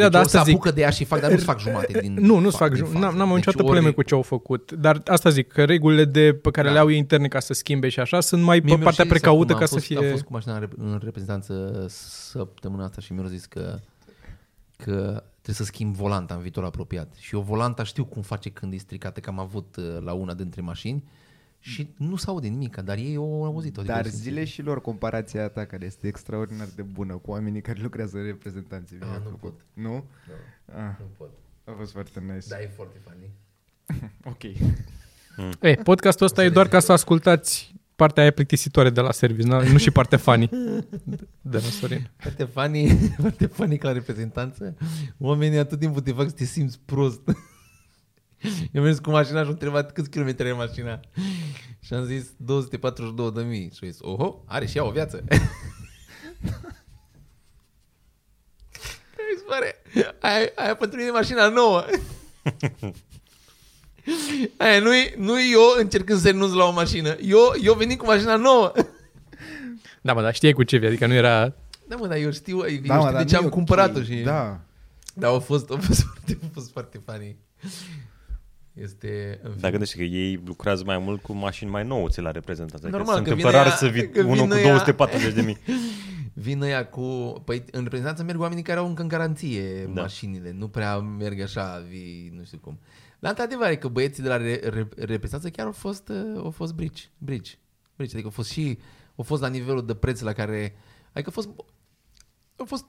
S1: deci
S2: da, dar
S1: eu
S2: asta
S1: se
S2: zic.
S1: apucă de ea și fac, dar nu-ți fac
S2: [LAUGHS]
S1: jumate din...
S2: Nu, nu-ți fac,
S1: din
S2: ju-
S1: faze.
S2: n-am, n-am niciodată
S1: Deci ori- Da.
S2: probleme cu ce au făcut, dar asta zic, că regulile de, pe care le au ei interne ca să schimbe și așa sunt mai
S1: Mie
S2: pe
S1: mi-au
S2: partea
S1: și zis
S2: precaută
S1: acum,
S2: ca
S1: am
S2: să
S1: fost-
S2: fie...
S1: Am fost cu mașina în rep- în reprezentanță săptămâna asta și mi-au zis că, că trebuie să schimb volanta în viitor apropiat. Și eu volanta știu cum face când e stricată, că am avut uh, la una dintre mașini și nu s-aude nimic, dar ei au auzit. adică
S3: Dar
S1: au simțit.
S3: zile și lor, comparația ta care este extraordinar de bună cu oamenii care lucrează în reprezentanții. mi-a
S1: nu
S3: plăcut.
S1: pot.
S3: Nu?
S2: Da.
S3: Ah,
S1: Nu pot.
S3: a fost foarte nice.
S1: Da, e foarte funny.
S3: Ok.
S2: Ei, podcastul ăsta e doar ca să ascultați partea aia plictisitoare de la service, na- nu și partea funny de la Sorin.
S1: Foarte funny, [LAUGHS] foarte funny că la reprezentanță. Oamenii atât timpul te fac să te simți prost. [LAUGHS] Eu am mers cu mașina și am întrebat câți kilometri are mașina. Și am zis 242 de mii. Și a zis, oho, are și ea o viață. Care mi se pare? Aia, aia pentru mine e mașina nouă. Aia nu nu eu încercând să renunț la o mașină. Eu, eu venim cu mașina nouă.
S2: Da, mă, dar știai cu ce vii, adică nu era...
S1: Da, mă, dar eu știu, eu
S3: Da, mă,
S1: știu
S3: dar
S1: de ce
S3: nu
S1: am
S3: e ok.
S1: cumpărat-o și...
S3: Da.
S1: Dar au fost, au fost, [LAUGHS] foarte, au fost foarte funny. Este... în
S4: Dar
S1: fine.
S4: gândește că ei lucrează mai mult cu mașini mai nouă, ți la reprezentanță. Adică
S1: Normal,
S4: se
S1: că
S4: întâmplă
S1: vine
S4: rar
S1: ea-
S4: să vii
S1: că
S4: unul
S1: vine
S4: cu
S1: ea-
S4: 240 de mii.
S1: Vin ăia cu... Păi în reprezentanță merg oamenii care au încă în garanție da.
S4: Da.
S1: mașinile. Nu prea merg așa, vii, nu știu cum. Dar într-adevăr e că băieții de la re, re, reprezentanță chiar au fost, uh, au fost brici. Brici. brici. Adică au fost și... Au fost la nivelul de preț la care... Adică au fost... Au fost,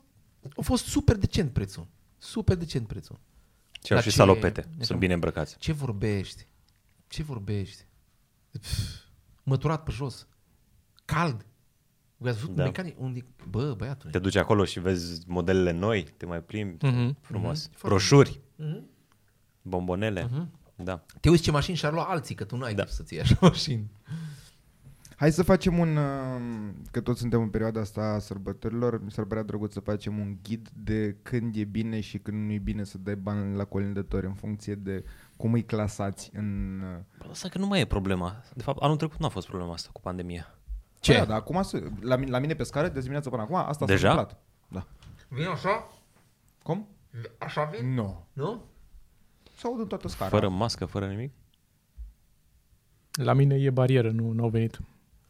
S1: au fost super decent prețul. Super decent prețul.
S4: Și au
S1: Dar
S4: și
S1: ce-
S4: salopete.
S1: Așa.
S4: Sunt bine îmbrăcați.
S1: Ce vorbești? Ce vorbești? Pf, măturat pe jos. Cald. Voi ați văzut da.
S4: Da.
S1: mecanic? Unde... Bă, băiatul.
S4: Te duci acolo și vezi modelele noi, te mai plimbi,
S2: Mhm.
S4: frumos. Broșuri, bombonele, da.
S1: Te uiți ce mașini și-ar lua alții, că tu n-ai
S4: Da.
S1: da. să ții așa mașini.
S3: Hai să facem un, uh, că toți suntem în perioada asta a sărbătorilor, mi s-ar părea drăguț să facem un ghid de când e bine și când nu e bine să dai bani la colindători în funcție de cum îi clasați în... uh,
S4: Bă, Asta că nu mai e problema. De fapt, anul trecut nu a fost problema asta cu pandemia.
S1: Ce?
S3: Da, dar acum, se- la, mine, la mine pe scară, de dimineața până acum, asta
S4: Deja?
S3: s-a întâmplat. Da.
S1: Vin așa?
S3: Cum?
S1: Așa vin?
S3: Nu. No.
S1: Nu?
S3: S-aud în toată scara.
S4: Fără mască, fără nimic.
S2: La mine e barieră, nu, nu au venit.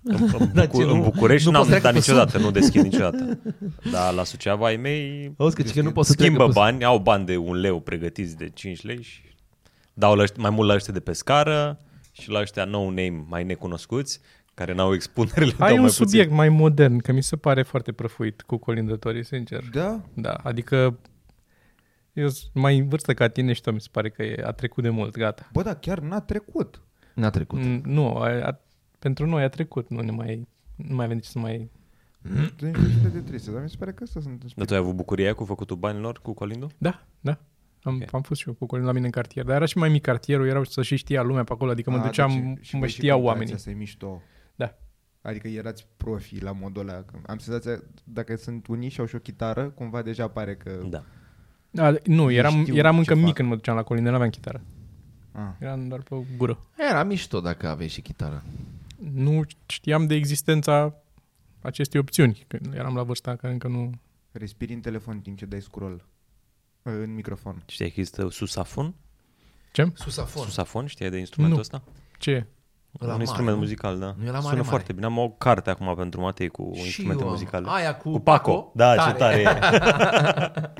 S4: În, în, Bucu-
S1: ce, nu-
S4: în București
S1: nu
S4: n-am
S1: poți să
S4: dat
S1: treacă pe
S4: niciodată, nu [LAUGHS] deschid niciodată. Dar la Suceava ai mei
S1: Auzi că, că nu poți să
S4: schimbă
S1: treacă
S4: bani, au bani de un leu pregătiți de 5 lei și dau la ăștia- mai mult la ăștia de pe scară și la ăștia no name mai necunoscuți, care n-au expunerele. dau
S2: Ai
S4: mai
S2: un
S4: puțin.
S2: subiect mai modern, că mi se pare foarte prăfuit cu colindătorii, sincer.
S3: Da?
S2: Da, adică eu sunt mai în vârstă ca tine și tot mi se pare că e, a trecut de mult, gata.
S3: Bă, dar chiar n-a trecut.
S1: N-a trecut.
S2: Mm, Nu, a, a, pentru noi a trecut, nu ne mai, nu mai avem ce să mai...
S3: Atunci e atât de triste, dar mi se pare că astea sunt...
S4: Dar tu ai avut bucuria cu făcutul banilor cu Colindu?
S2: Da, da. Am, okay. am fost și eu cu colegi la mine în cartier, dar era și mai mic cartierul, erau să și știa lumea pe acolo, adică mă
S3: A,
S2: duceam,
S3: deci- și
S2: mă
S3: voi și
S2: știau
S3: cântați,
S2: oamenii.
S3: Asta e mișto.
S2: Da.
S3: Adică erați profi la modul ăla. Am senzația, dacă sunt unii și au și o chitară, cumva deja pare că...
S4: Da.
S2: A, nu,
S3: Ei
S2: eram,
S3: știu
S2: eram
S3: ce
S2: încă mic
S3: fac.
S2: când mă duceam la colinde, nu aveam chitară.
S3: Ah.
S2: Eram doar pe gură.
S1: Era mișto dacă aveai și chitară.
S2: Nu știam de existența acestei opțiuni, când eram la vârsta care încă nu...
S3: Respiri în telefon timp ce dai scroll. ă, În microfon.
S4: Știai că există susafon?
S2: Ce?
S1: Susafon.
S4: Susafon, știai de instrumentul
S2: Nu.
S4: ăsta?
S2: Ce e?
S1: Ăla
S4: un
S1: mare,
S4: instrument
S1: nu?
S4: muzical, da.
S1: Nu e la mare,
S4: Sună
S1: mare.
S4: foarte bine. Am o carte acum pentru Matei cu
S1: Și
S4: instrumente
S1: eu am.
S4: muzicale.
S1: Aia cu
S4: cu Paco.
S1: Paco?
S4: Da,
S1: Tare.
S4: ce tare
S1: [LAUGHS]
S4: e.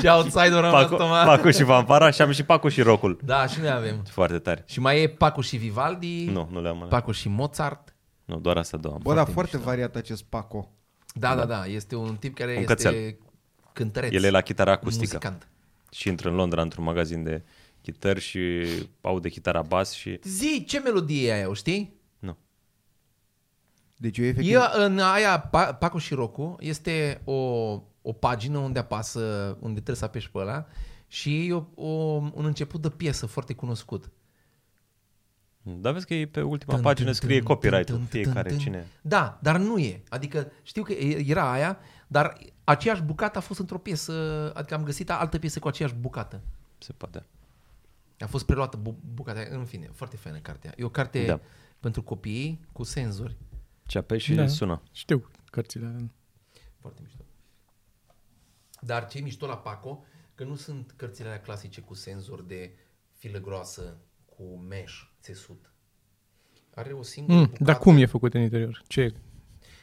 S1: Ce outsider am
S4: Paco,
S1: Paco,
S4: Paco și Vampara și am și Paco și Rocul.
S1: Da, și noi avem.
S4: Foarte tare.
S1: Și mai e Paco și Vivaldi.
S4: Nu, nu le-am ales.
S1: Paco și Mozart.
S4: Nu, doar asta două. am.
S3: Bă, dar foarte variat acest Paco.
S1: Da, da, da. Este un tip care
S4: Un
S1: este
S4: cățel.
S1: cântăreț.
S4: El e la chitară acustică
S1: Muzicant.
S4: și intră în Londra într-un magazin de chitări și aude chitara bas și...
S1: Zi, ce melodie e aia, o știi?
S4: Nu.
S3: Deci eu efectiv...
S1: E în aia, Pa- Paco și Roku, este o, o pagină unde apasă, unde trebuie să apeși pe ăla și e o, o, un început de piesă foarte cunoscut.
S4: Dar vezi că e pe ultima
S1: Tân,
S4: pagină
S1: tân,
S4: scrie
S1: tân,
S4: copyright-ul
S1: tân, tân, tân,
S4: fiecare
S1: tân.
S4: cine...
S1: Da, dar nu e. Adică știu că e- era aia, dar aceeași bucată a fost într-o piesă, adică am găsit altă piesă cu aceeași bucată.
S4: Se poate.
S1: A fost preluată bu- bucata aia. În fine, foarte faină cartea. E o carte da.
S4: Da.
S1: pentru copii cu senzori.
S4: Ce apeși și
S2: Da.
S4: sună.
S2: Știu cărțile alea.
S1: Foarte mișto. Dar ce e mișto la Paco, că nu sunt cărțile alea clasice cu senzor de filă groasă, cu mesh, țesut. Are o singură
S2: Mm,
S1: bucată,
S2: dar cum e făcut în interior? Ce e?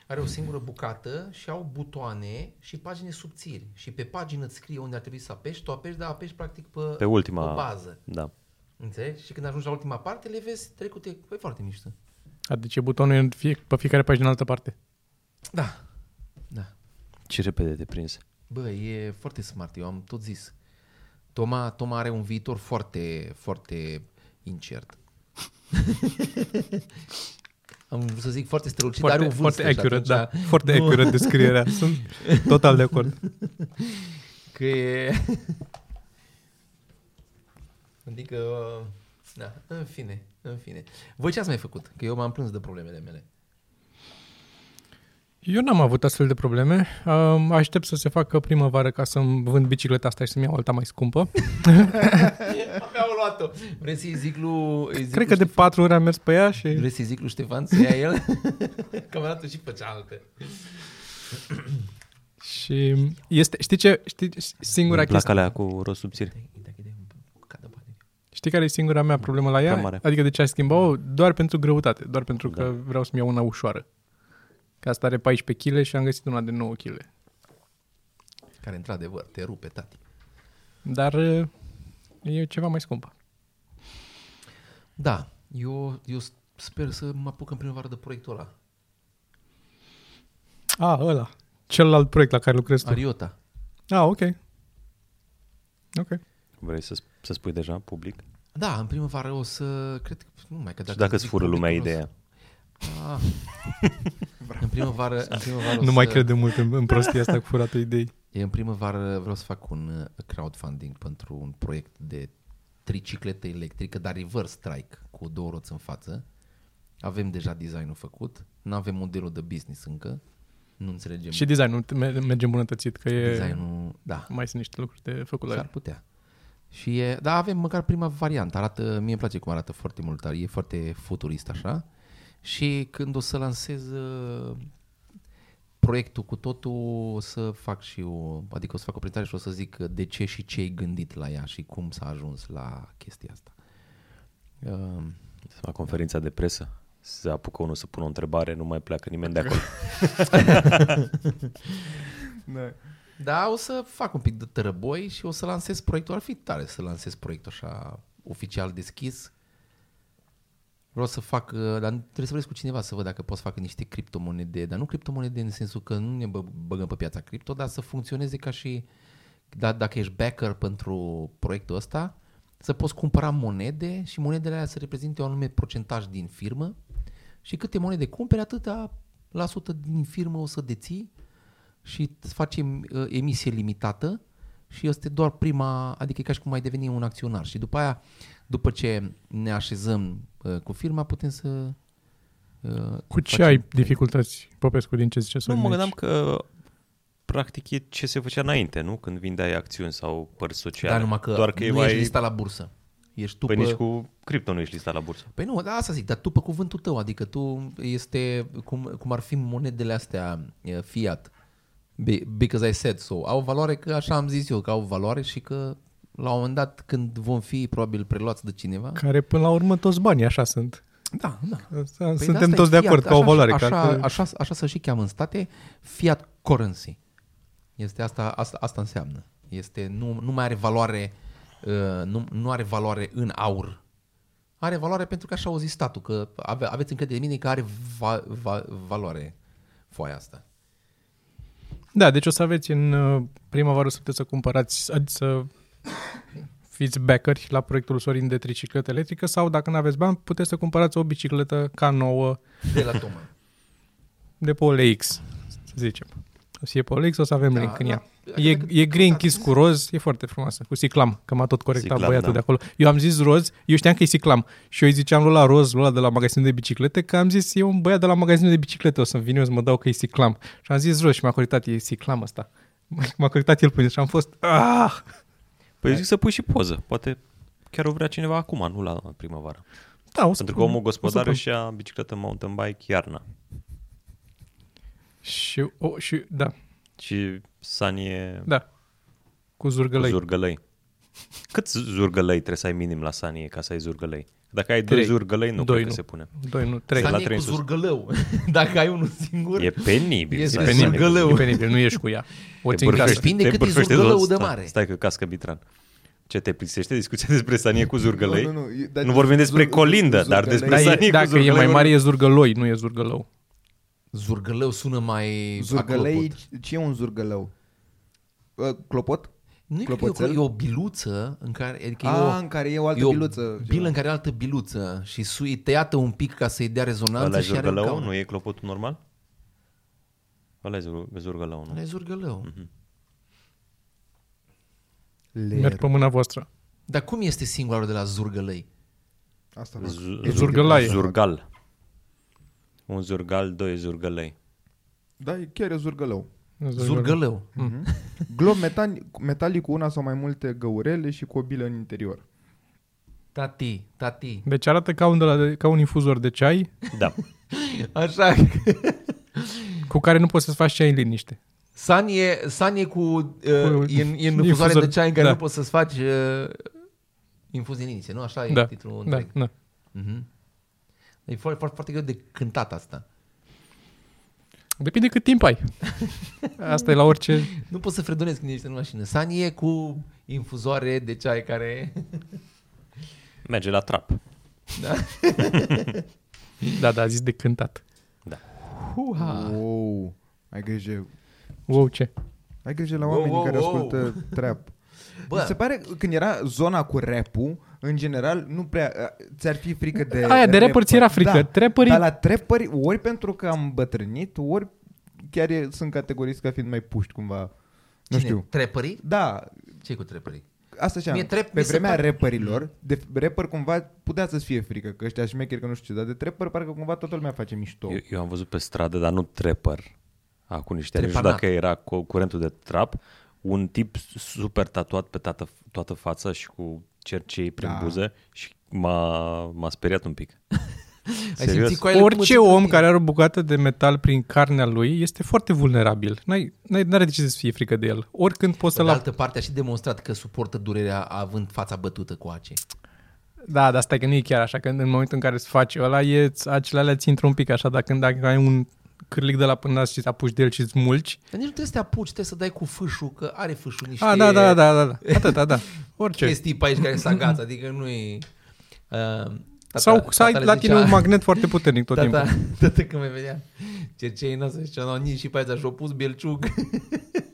S1: Are o singură bucată și au butoane și pagine subțiri. Și pe pagină îți scrie unde ar trebui să apeși, tu apeși, dar apeși practic pe,
S4: Pe ultima...
S1: pe bază.
S4: Da.
S1: Înțelegi? Și când ajungi la ultima parte, le vezi trecute. Păi foarte mișto.
S2: A, deci e butonul în fie, pe fiecare pagină în altă parte.
S1: Da. Da.
S4: Ce repede te prins.
S1: Bă, e foarte smart, eu am tot zis. Toma, Toma are un viitor foarte, foarte incert. [LAUGHS] am vrut să zic foarte strălucit,
S2: Foarte,
S1: dar are o vârstă.
S2: foarte
S1: și
S2: accurate, da.
S1: atunci
S2: Foarte
S1: nu-
S2: accurate descrierea. Sunt total de acord.
S1: Că e... [LAUGHS] adică... Da, în fine, în fine. Voi ce ați mai făcut? Că eu m-am plâns de problemele mele.
S2: Eu n-am avut astfel de probleme. Um, Aștept să se facă primăvară ca să-mi vând bicicleta asta și să-mi iau alta mai scumpă.
S1: Mi-au luat-o. Vrei să-i zic lui... îi zic
S2: Cred că
S1: lui
S2: de patru ori am mers pe ea
S1: Ștefan-
S2: și...
S1: Vrei să-i zic lui Ștefan să ia [LAUGHS] el? Cameratul și făcea alte.
S2: și este, știi ce? Știi, singura
S4: Îmi plac
S2: chestie,
S4: alea cu rost subțiri.
S2: știi care e singura mea problemă la ea?
S4: Prea mare.
S2: Adică de ce aș schimba-o? Doar pentru greutate, doar pentru că vreau să-mi iau una ușoară. Că asta are 14 kg și am găsit una de 9 kg.
S1: Care, într-adevăr, te rupe, tati.
S2: Dar uh, e ceva mai scumpă.
S1: Da, eu, eu sper să mă apuc în primăvară de proiectul ăla.
S2: A, Ah, ăla. Celălalt proiect la care lucrez tu.
S1: Ariota.
S2: A, ok. Ok.
S4: Vrei să, sp- să spui deja public?
S1: Da, în primăvară o să... Cred că... Nu mai că
S4: Dacă
S1: dacă
S4: și dacă îți
S1: zic
S4: fură lumea
S1: publicul, o să-
S4: ideea.
S1: Ah. [LAUGHS] în primăvară, în primăvară o
S2: Nu mai
S1: să-
S2: cred de mult în, în prostia asta cu furatul idei.
S1: Eu în primăvară vreau să fac un uh, crowdfunding pentru un proiect de tricicletă electrică, dar reverse trike, cu două roți în față. Avem deja designul făcut, nu avem modelul de business încă, nu înțelegem
S2: [LAUGHS] Și designul te- mer- merge îmbunătățit, că e,
S1: designul, da,
S2: mai sunt niște lucruri de făcut la
S1: s-ar
S2: el.
S1: putea. Și e, da, avem măcar prima variantă, arată, mie îmi place cum arată foarte mult, dar e foarte futurist așa. Și când o să lansez uh, proiectul cu totul, o să fac și o, adică o să fac o prezentare și o să zic uh, de ce și ce ai gândit la ea și cum s-a ajuns la chestia asta. Uh,
S4: Să fac conferința de presă? Să apucă unul să pună o întrebare, nu mai pleacă nimeni de acolo.
S3: Da.
S1: da, o să fac un pic de tărăboi și o să lansez proiectul. Ar fi tare să lansez proiectul așa oficial deschis. Vreau să fac, uh, dar trebuie să vorbesc cu cineva să văd dacă pot să fac niște criptomonede, dar nu criptomonede în sensul că nu ne bă- băgăm pe piața cripto, dar să funcționeze ca și, da, dacă ești backer pentru proiectul ăsta, să poți cumpăra monede și monedele alea să reprezinte un anume procentaj din firmă și câte monede cumperi, atâta la sută din firmă o să deții și îți facem uh, emisie limitată și este doar prima, adică e ca și cum ai deveni un acționar și după aia, după ce ne așezăm uh, cu firma, putem să... uh,
S2: Cu ce
S1: facem-
S2: ai dificultăți, Popescu, din ce zice să
S4: Nu, mă gândeam că practic e ce se făcea înainte, nu? Când vindeai acțiuni sau părți sociale.
S1: Dar Da, numai că,
S4: Doar că e
S1: nu
S4: mai...
S1: ești listat la bursă. Ești tu
S4: Păi
S1: pe-
S4: nici cu cripto nu ești listat la bursă.
S1: Păi nu, da, asta zic, dar tu pe cuvântul tău, adică tu este cum, cum ar fi monedele astea e, fiat, Be- because I said so, au valoare că așa am zis eu, că au valoare și că la un moment dat când vom fi probabil preluați de cineva.
S2: Care până la urmă toți banii așa sunt.
S1: Da, da.
S2: Păi
S1: Păi
S2: Suntem
S1: asta e
S2: toți de
S1: fiat,
S2: acord că au
S1: așa-
S2: valoare. că
S1: Așa,
S2: altfel-
S1: așa, așa să și cheamă în state fiat currency. Este asta, asta, asta înseamnă. Este, nu, nu mai are valoare uh, nu, nu are valoare în aur. Are valoare pentru că așa au zis statul, că ave, aveți încredere în mine că are va, va, valoare foaia asta.
S2: Da, deci o să aveți în uh, primăvară o să puteți să cumpărați, ad- să fiți backeri la proiectul Sorin de tricicletă electrică sau dacă nu aveți bani, puteți să cumpărați o bicicletă ca nouă
S1: De la Toma.
S2: de pe OLX, să zicem. O să fie pe OLX, o să avem
S1: Da,
S2: da, link în
S1: da.
S2: ea.
S1: Dacă-
S2: E,
S1: dacă-
S2: e gri închis cu roz, e foarte frumoasă, cu siclam, că m-a tot corectat
S4: da. Siclam,
S2: băiatul de
S4: da.
S2: acolo. Eu am zis roz, eu știam că e siclam și eu îi ziceam lui la roz, lui ăla de la magazinul de biciclete, că am zis, e un băiat de la magazinul de biciclete, o să-mi vin eu să mă dau că e siclam. Și am zis roz și m-a corectat, e siclam ăsta. [LAUGHS] M-a corectat el până și am fost, ah!
S1: Da.
S4: Păi zic să pui și poză. Poate chiar o vrea cineva acum, nu la primăvară.
S2: Da, o să
S4: Pentru că
S2: pun-
S4: omul
S2: o să
S4: gospodar
S2: pun.
S4: își ia bicicletă mountain bike iarna.
S2: Și, o, și, da,
S4: Și sanie
S2: da. Cu
S4: cu
S2: zurgălăi.
S4: zurgălăi. Cât zurgălăi trebuie să ai minim la sanie ca să ai zurgălei? Dacă ai doi
S2: Trei.
S4: zurgălei, nu
S2: Doi,
S4: cred
S2: nu.
S4: că se pune.
S2: Doi, nu, trei.
S4: la
S1: Sanie cu
S4: 300.
S1: zurgălău. [LAUGHS] Dacă ai unul singur,
S4: E penibil.
S1: Este
S4: să ai
S1: Păi, penibil.
S4: sanie cu
S1: Zurgălău.
S2: E penibil, nu ieși cu ea. O
S4: Te
S2: ții în casă.
S4: bârfești-
S1: Depinde
S4: te
S1: cât e
S4: bârfești
S1: zurgălăul
S4: tot.
S1: de
S4: Stai-
S1: mare.
S4: Stai că cască bitran. Ce te plictisește discuția [LAUGHS] despre sanie cu zurgălei?
S3: Nu, nu, nu, e- dar-
S4: nu vorbim despre
S3: zur-
S4: colindă, dar
S3: zurgălei-
S4: despre
S2: Dar
S4: sanie
S2: e,
S4: cu
S2: dacă e
S4: zurgălei.
S2: mai mare, e zurgăloi, nu e zurgălău.
S1: zurgălău sună mai
S3: Zurgălei,
S1: aclopot.
S3: ce e un zurgălău? Uh, Clopot?
S1: Nu e, că
S3: Clopoțel?
S1: e o biluță în care, adică e o,
S3: Ah, în care e o altă
S1: E o
S3: biluță.
S1: bilă în care e altă biluță și sui tăiată un pic ca să-i dea rezonanță
S4: Ăla e
S1: și are în
S4: zurgălău,
S1: caună.
S4: nu e clopotul normal? Ăla e zur- zurgălău,
S1: Ăla
S4: nu?
S1: e zurgălău.
S4: Mhm.
S1: Mm-hmm.
S3: Da,
S2: Merg pe mâna voastră.
S1: Dar cum este singularul de la zurgălăi?
S3: Asta
S4: Zu-
S3: fac.
S4: zurg-
S2: E zurgălaie.
S4: Zurgal. Un zurgal, doi zurgălei.
S3: Da, e chiar e zurgălău.
S1: Zurgălău. Mhm.
S3: Glob metan, metalic cu una sau mai multe găurele și cu o bilă în interior.
S1: Tati, tati.
S2: Deci arată ca un, de la, ca un infuzor de ceai
S4: Da.
S1: Așa.
S2: cu care nu poți să-ți faci ceai în liniște.
S1: San e, San e cu... Uh, e, în- e în
S2: Infuzor.
S1: infuzoare de ceai în care
S2: Da.
S1: nu poți să-ți faci uh, infuzii în iniție, nu? Așa e
S2: da,
S1: Păi, titlul
S2: da,
S1: întreg.
S2: da.
S1: E foarte, foarte, foarte greu de cântat asta.
S2: Depinde cât timp
S1: [LAUGHS]
S2: ai. Asta e la orice...
S1: Nu poți să fredonezi când ești în mașină. San e cu infuzoare de ceai care...
S4: Merge la trap.
S2: Da, da, a zis de cântat.
S1: Ah.
S3: Wow, ai grijă.
S2: Wow, ce?
S3: Ai grijă la
S1: Wow,
S3: oamenii
S1: wow,
S3: care
S1: wow.
S3: ascultă trap.
S1: Bă.
S3: Bă. Mi se pare că când era zona cu rap în general, nu prea ți-ar fi frică de
S2: Aia, de rapper ți era frică.
S3: Da,
S2: Trapperii-
S3: Dar la trapperi, ori pentru că am bătrânit, ori chiar e, sunt categoriți ca fiind mai puști cumva. Nu
S1: Cine?
S3: știu.
S1: Trepării?
S3: Da,
S1: ce cu trepării?
S3: Asta și am.
S1: Mie trap-
S3: pe
S1: mi se
S3: vremea
S1: pare-
S3: rapperilor, de rapper cumva putea să-ți fie frică, că ăștia șmecheri, că nu știu ce, dar de trapper parcă cumva toată lumea face mișto.
S4: Eu, eu am văzut pe stradă, dar nu trepăr, acum niște ani, nu știu
S1: Trepanat.
S4: dacă era cu curentul de trap, un tip super tatuat pe toată, toată fața și cu cercei prin da. buză și m-a, m-a speriat un pic.
S1: Ai simțit coaiele Păi, cum îți
S2: Orice
S1: intră în
S2: om
S1: tine?
S2: care are o bucată de metal prin carnea lui este foarte vulnerabil. N-ai, n-ai, n-are de ce să-ți fie frică de el. Oricând poți
S1: Pe
S2: să-l
S1: de
S2: la...
S1: altă parte a și demonstrat că suportă durerea având fața bătută cu ace.
S2: Da, dar stai că nu e chiar așa, că în momentul în care îți faci ăla, e, acele alea ți intră un pic așa, dar când dacă ai un cârlic de la până nas și te apuci de el și îți mulci.
S1: Dar nici nu trebuie să te apuci, trebuie să dai cu fâșul, că are fâșul niște...
S2: Ah, da, da, da, [LAUGHS] da, da. Atâta, da. Orice.
S1: chestii pe aici care s agață, adică nu e... Uh,
S2: Sau să ai la tine un magnet foarte puternic tot timpul.
S1: Tata, tata când mai vedea cercei n-o să-și ceanau nici și pe aici și-o pus belciug.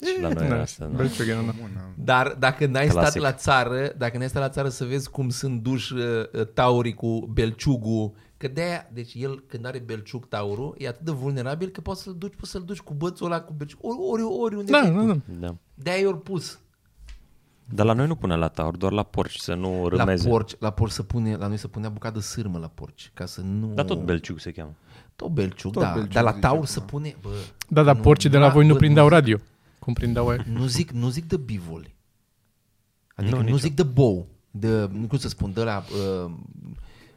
S4: Și la noi
S2: Da,
S4: era asta. Da.
S2: belciug era, da.
S1: Dar dacă n-ai
S4: Clasic.
S1: stat la țară, dacă n-ai stat la țară să vezi cum sunt duși uh, uh, taurii cu belciugul, că de deci el când are belciug taurul, e atât de vulnerabil că poți să-l duci, poți să-l duci cu bățul ăla cu belciug, ori, ori, oriunde
S2: Da,
S1: vrei
S2: da,
S1: tu.
S2: da.
S4: Da.
S1: De-aia i-or pus.
S4: Dar la noi nu pune la taur, doar la porci, să nu râmeze.
S1: La porci, la porci se pune, la noi se punea bucată de sârmă la porci, ca să nu...
S4: Dar tot belciug se cheamă.
S1: Tot belciug,
S3: Tot
S1: da,
S3: belciug,
S1: dar la
S3: zice
S1: taur
S3: acum.
S1: se pune, bă,
S2: Da, da, porcii de la voi nu Da. prindeau radio. Cum prindeau aia.
S1: nu zic, nu zic de bivoli. Adică nu, nu zic de bou, de, cum să spun, de la uh,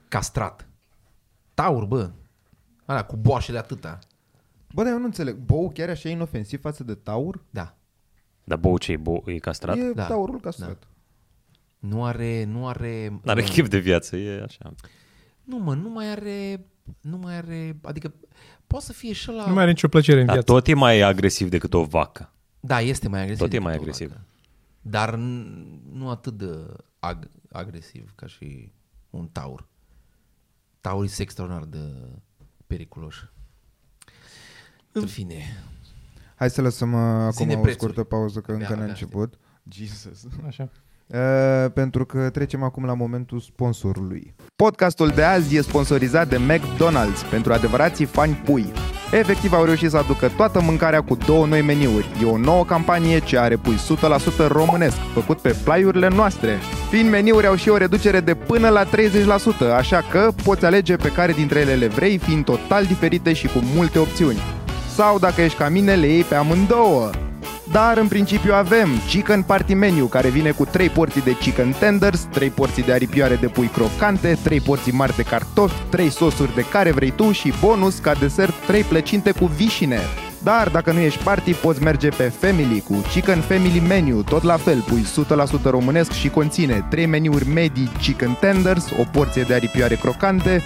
S1: castrat. Taur, bă, ala, cu boașele atâta.
S3: Bă, dar eu nu înțeleg. Bou chiar așa e inofensiv față de taur?
S1: Da.
S4: Dar bou ce e? Bou, e castrat?
S3: E
S1: Da.
S3: taurul castrat. Da.
S1: Nu are, nu are...
S4: N-are
S1: uh,
S4: chef de viață, e așa.
S1: Nu, mă, nu mai are, nu mai are, adică poate să fie și la...
S2: Nu mai are nicio plăcere în
S4: Dar
S2: viață.
S4: tot e mai agresiv decât o vacă.
S1: Da, este mai agresiv.
S4: Tot e
S1: decât
S4: mai
S1: o
S4: agresiv.
S1: vacă. Dar n- nu atât de ag- agresiv ca și un taur. Taurii sunt extraordinar de periculoși. În fine,
S3: Hai să lăsăm uh, acum
S1: Ține
S3: o
S1: prețuri.
S3: scurtă pauză, că încă n-a
S1: abia
S3: început. Jesus.
S2: Așa.
S3: [LAUGHS] Uh, pentru că trecem acum la momentul sponsorului. Podcastul de azi e sponsorizat de McDonald's pentru adevărații fani pui. Efectiv au reușit să aducă toată mâncarea cu două noi meniuri. E o nouă campanie ce are pui 100% românesc, făcut pe plaiurile noastre. Fiind meniuri au și o reducere de până la 30%, așa că poți alege pe care dintre ele le vrei, fiind total diferite și cu multe opțiuni. Sau dacă ești ca mine, le iei pe amândouă. Dar în principiu avem Chicken Party Menu, care vine cu 3 porții de chicken tenders, 3 porții de aripioare de pui crocante, 3 porții mari de cartofi, 3 sosuri de care vrei tu și bonus ca desert 3 plăcinte cu vișine. Dar dacă nu ești party, poți merge pe Family cu Chicken Family Menu, tot la fel, pui 100% românesc și conține 3 meniuri medii chicken tenders, o porție de aripioare crocante,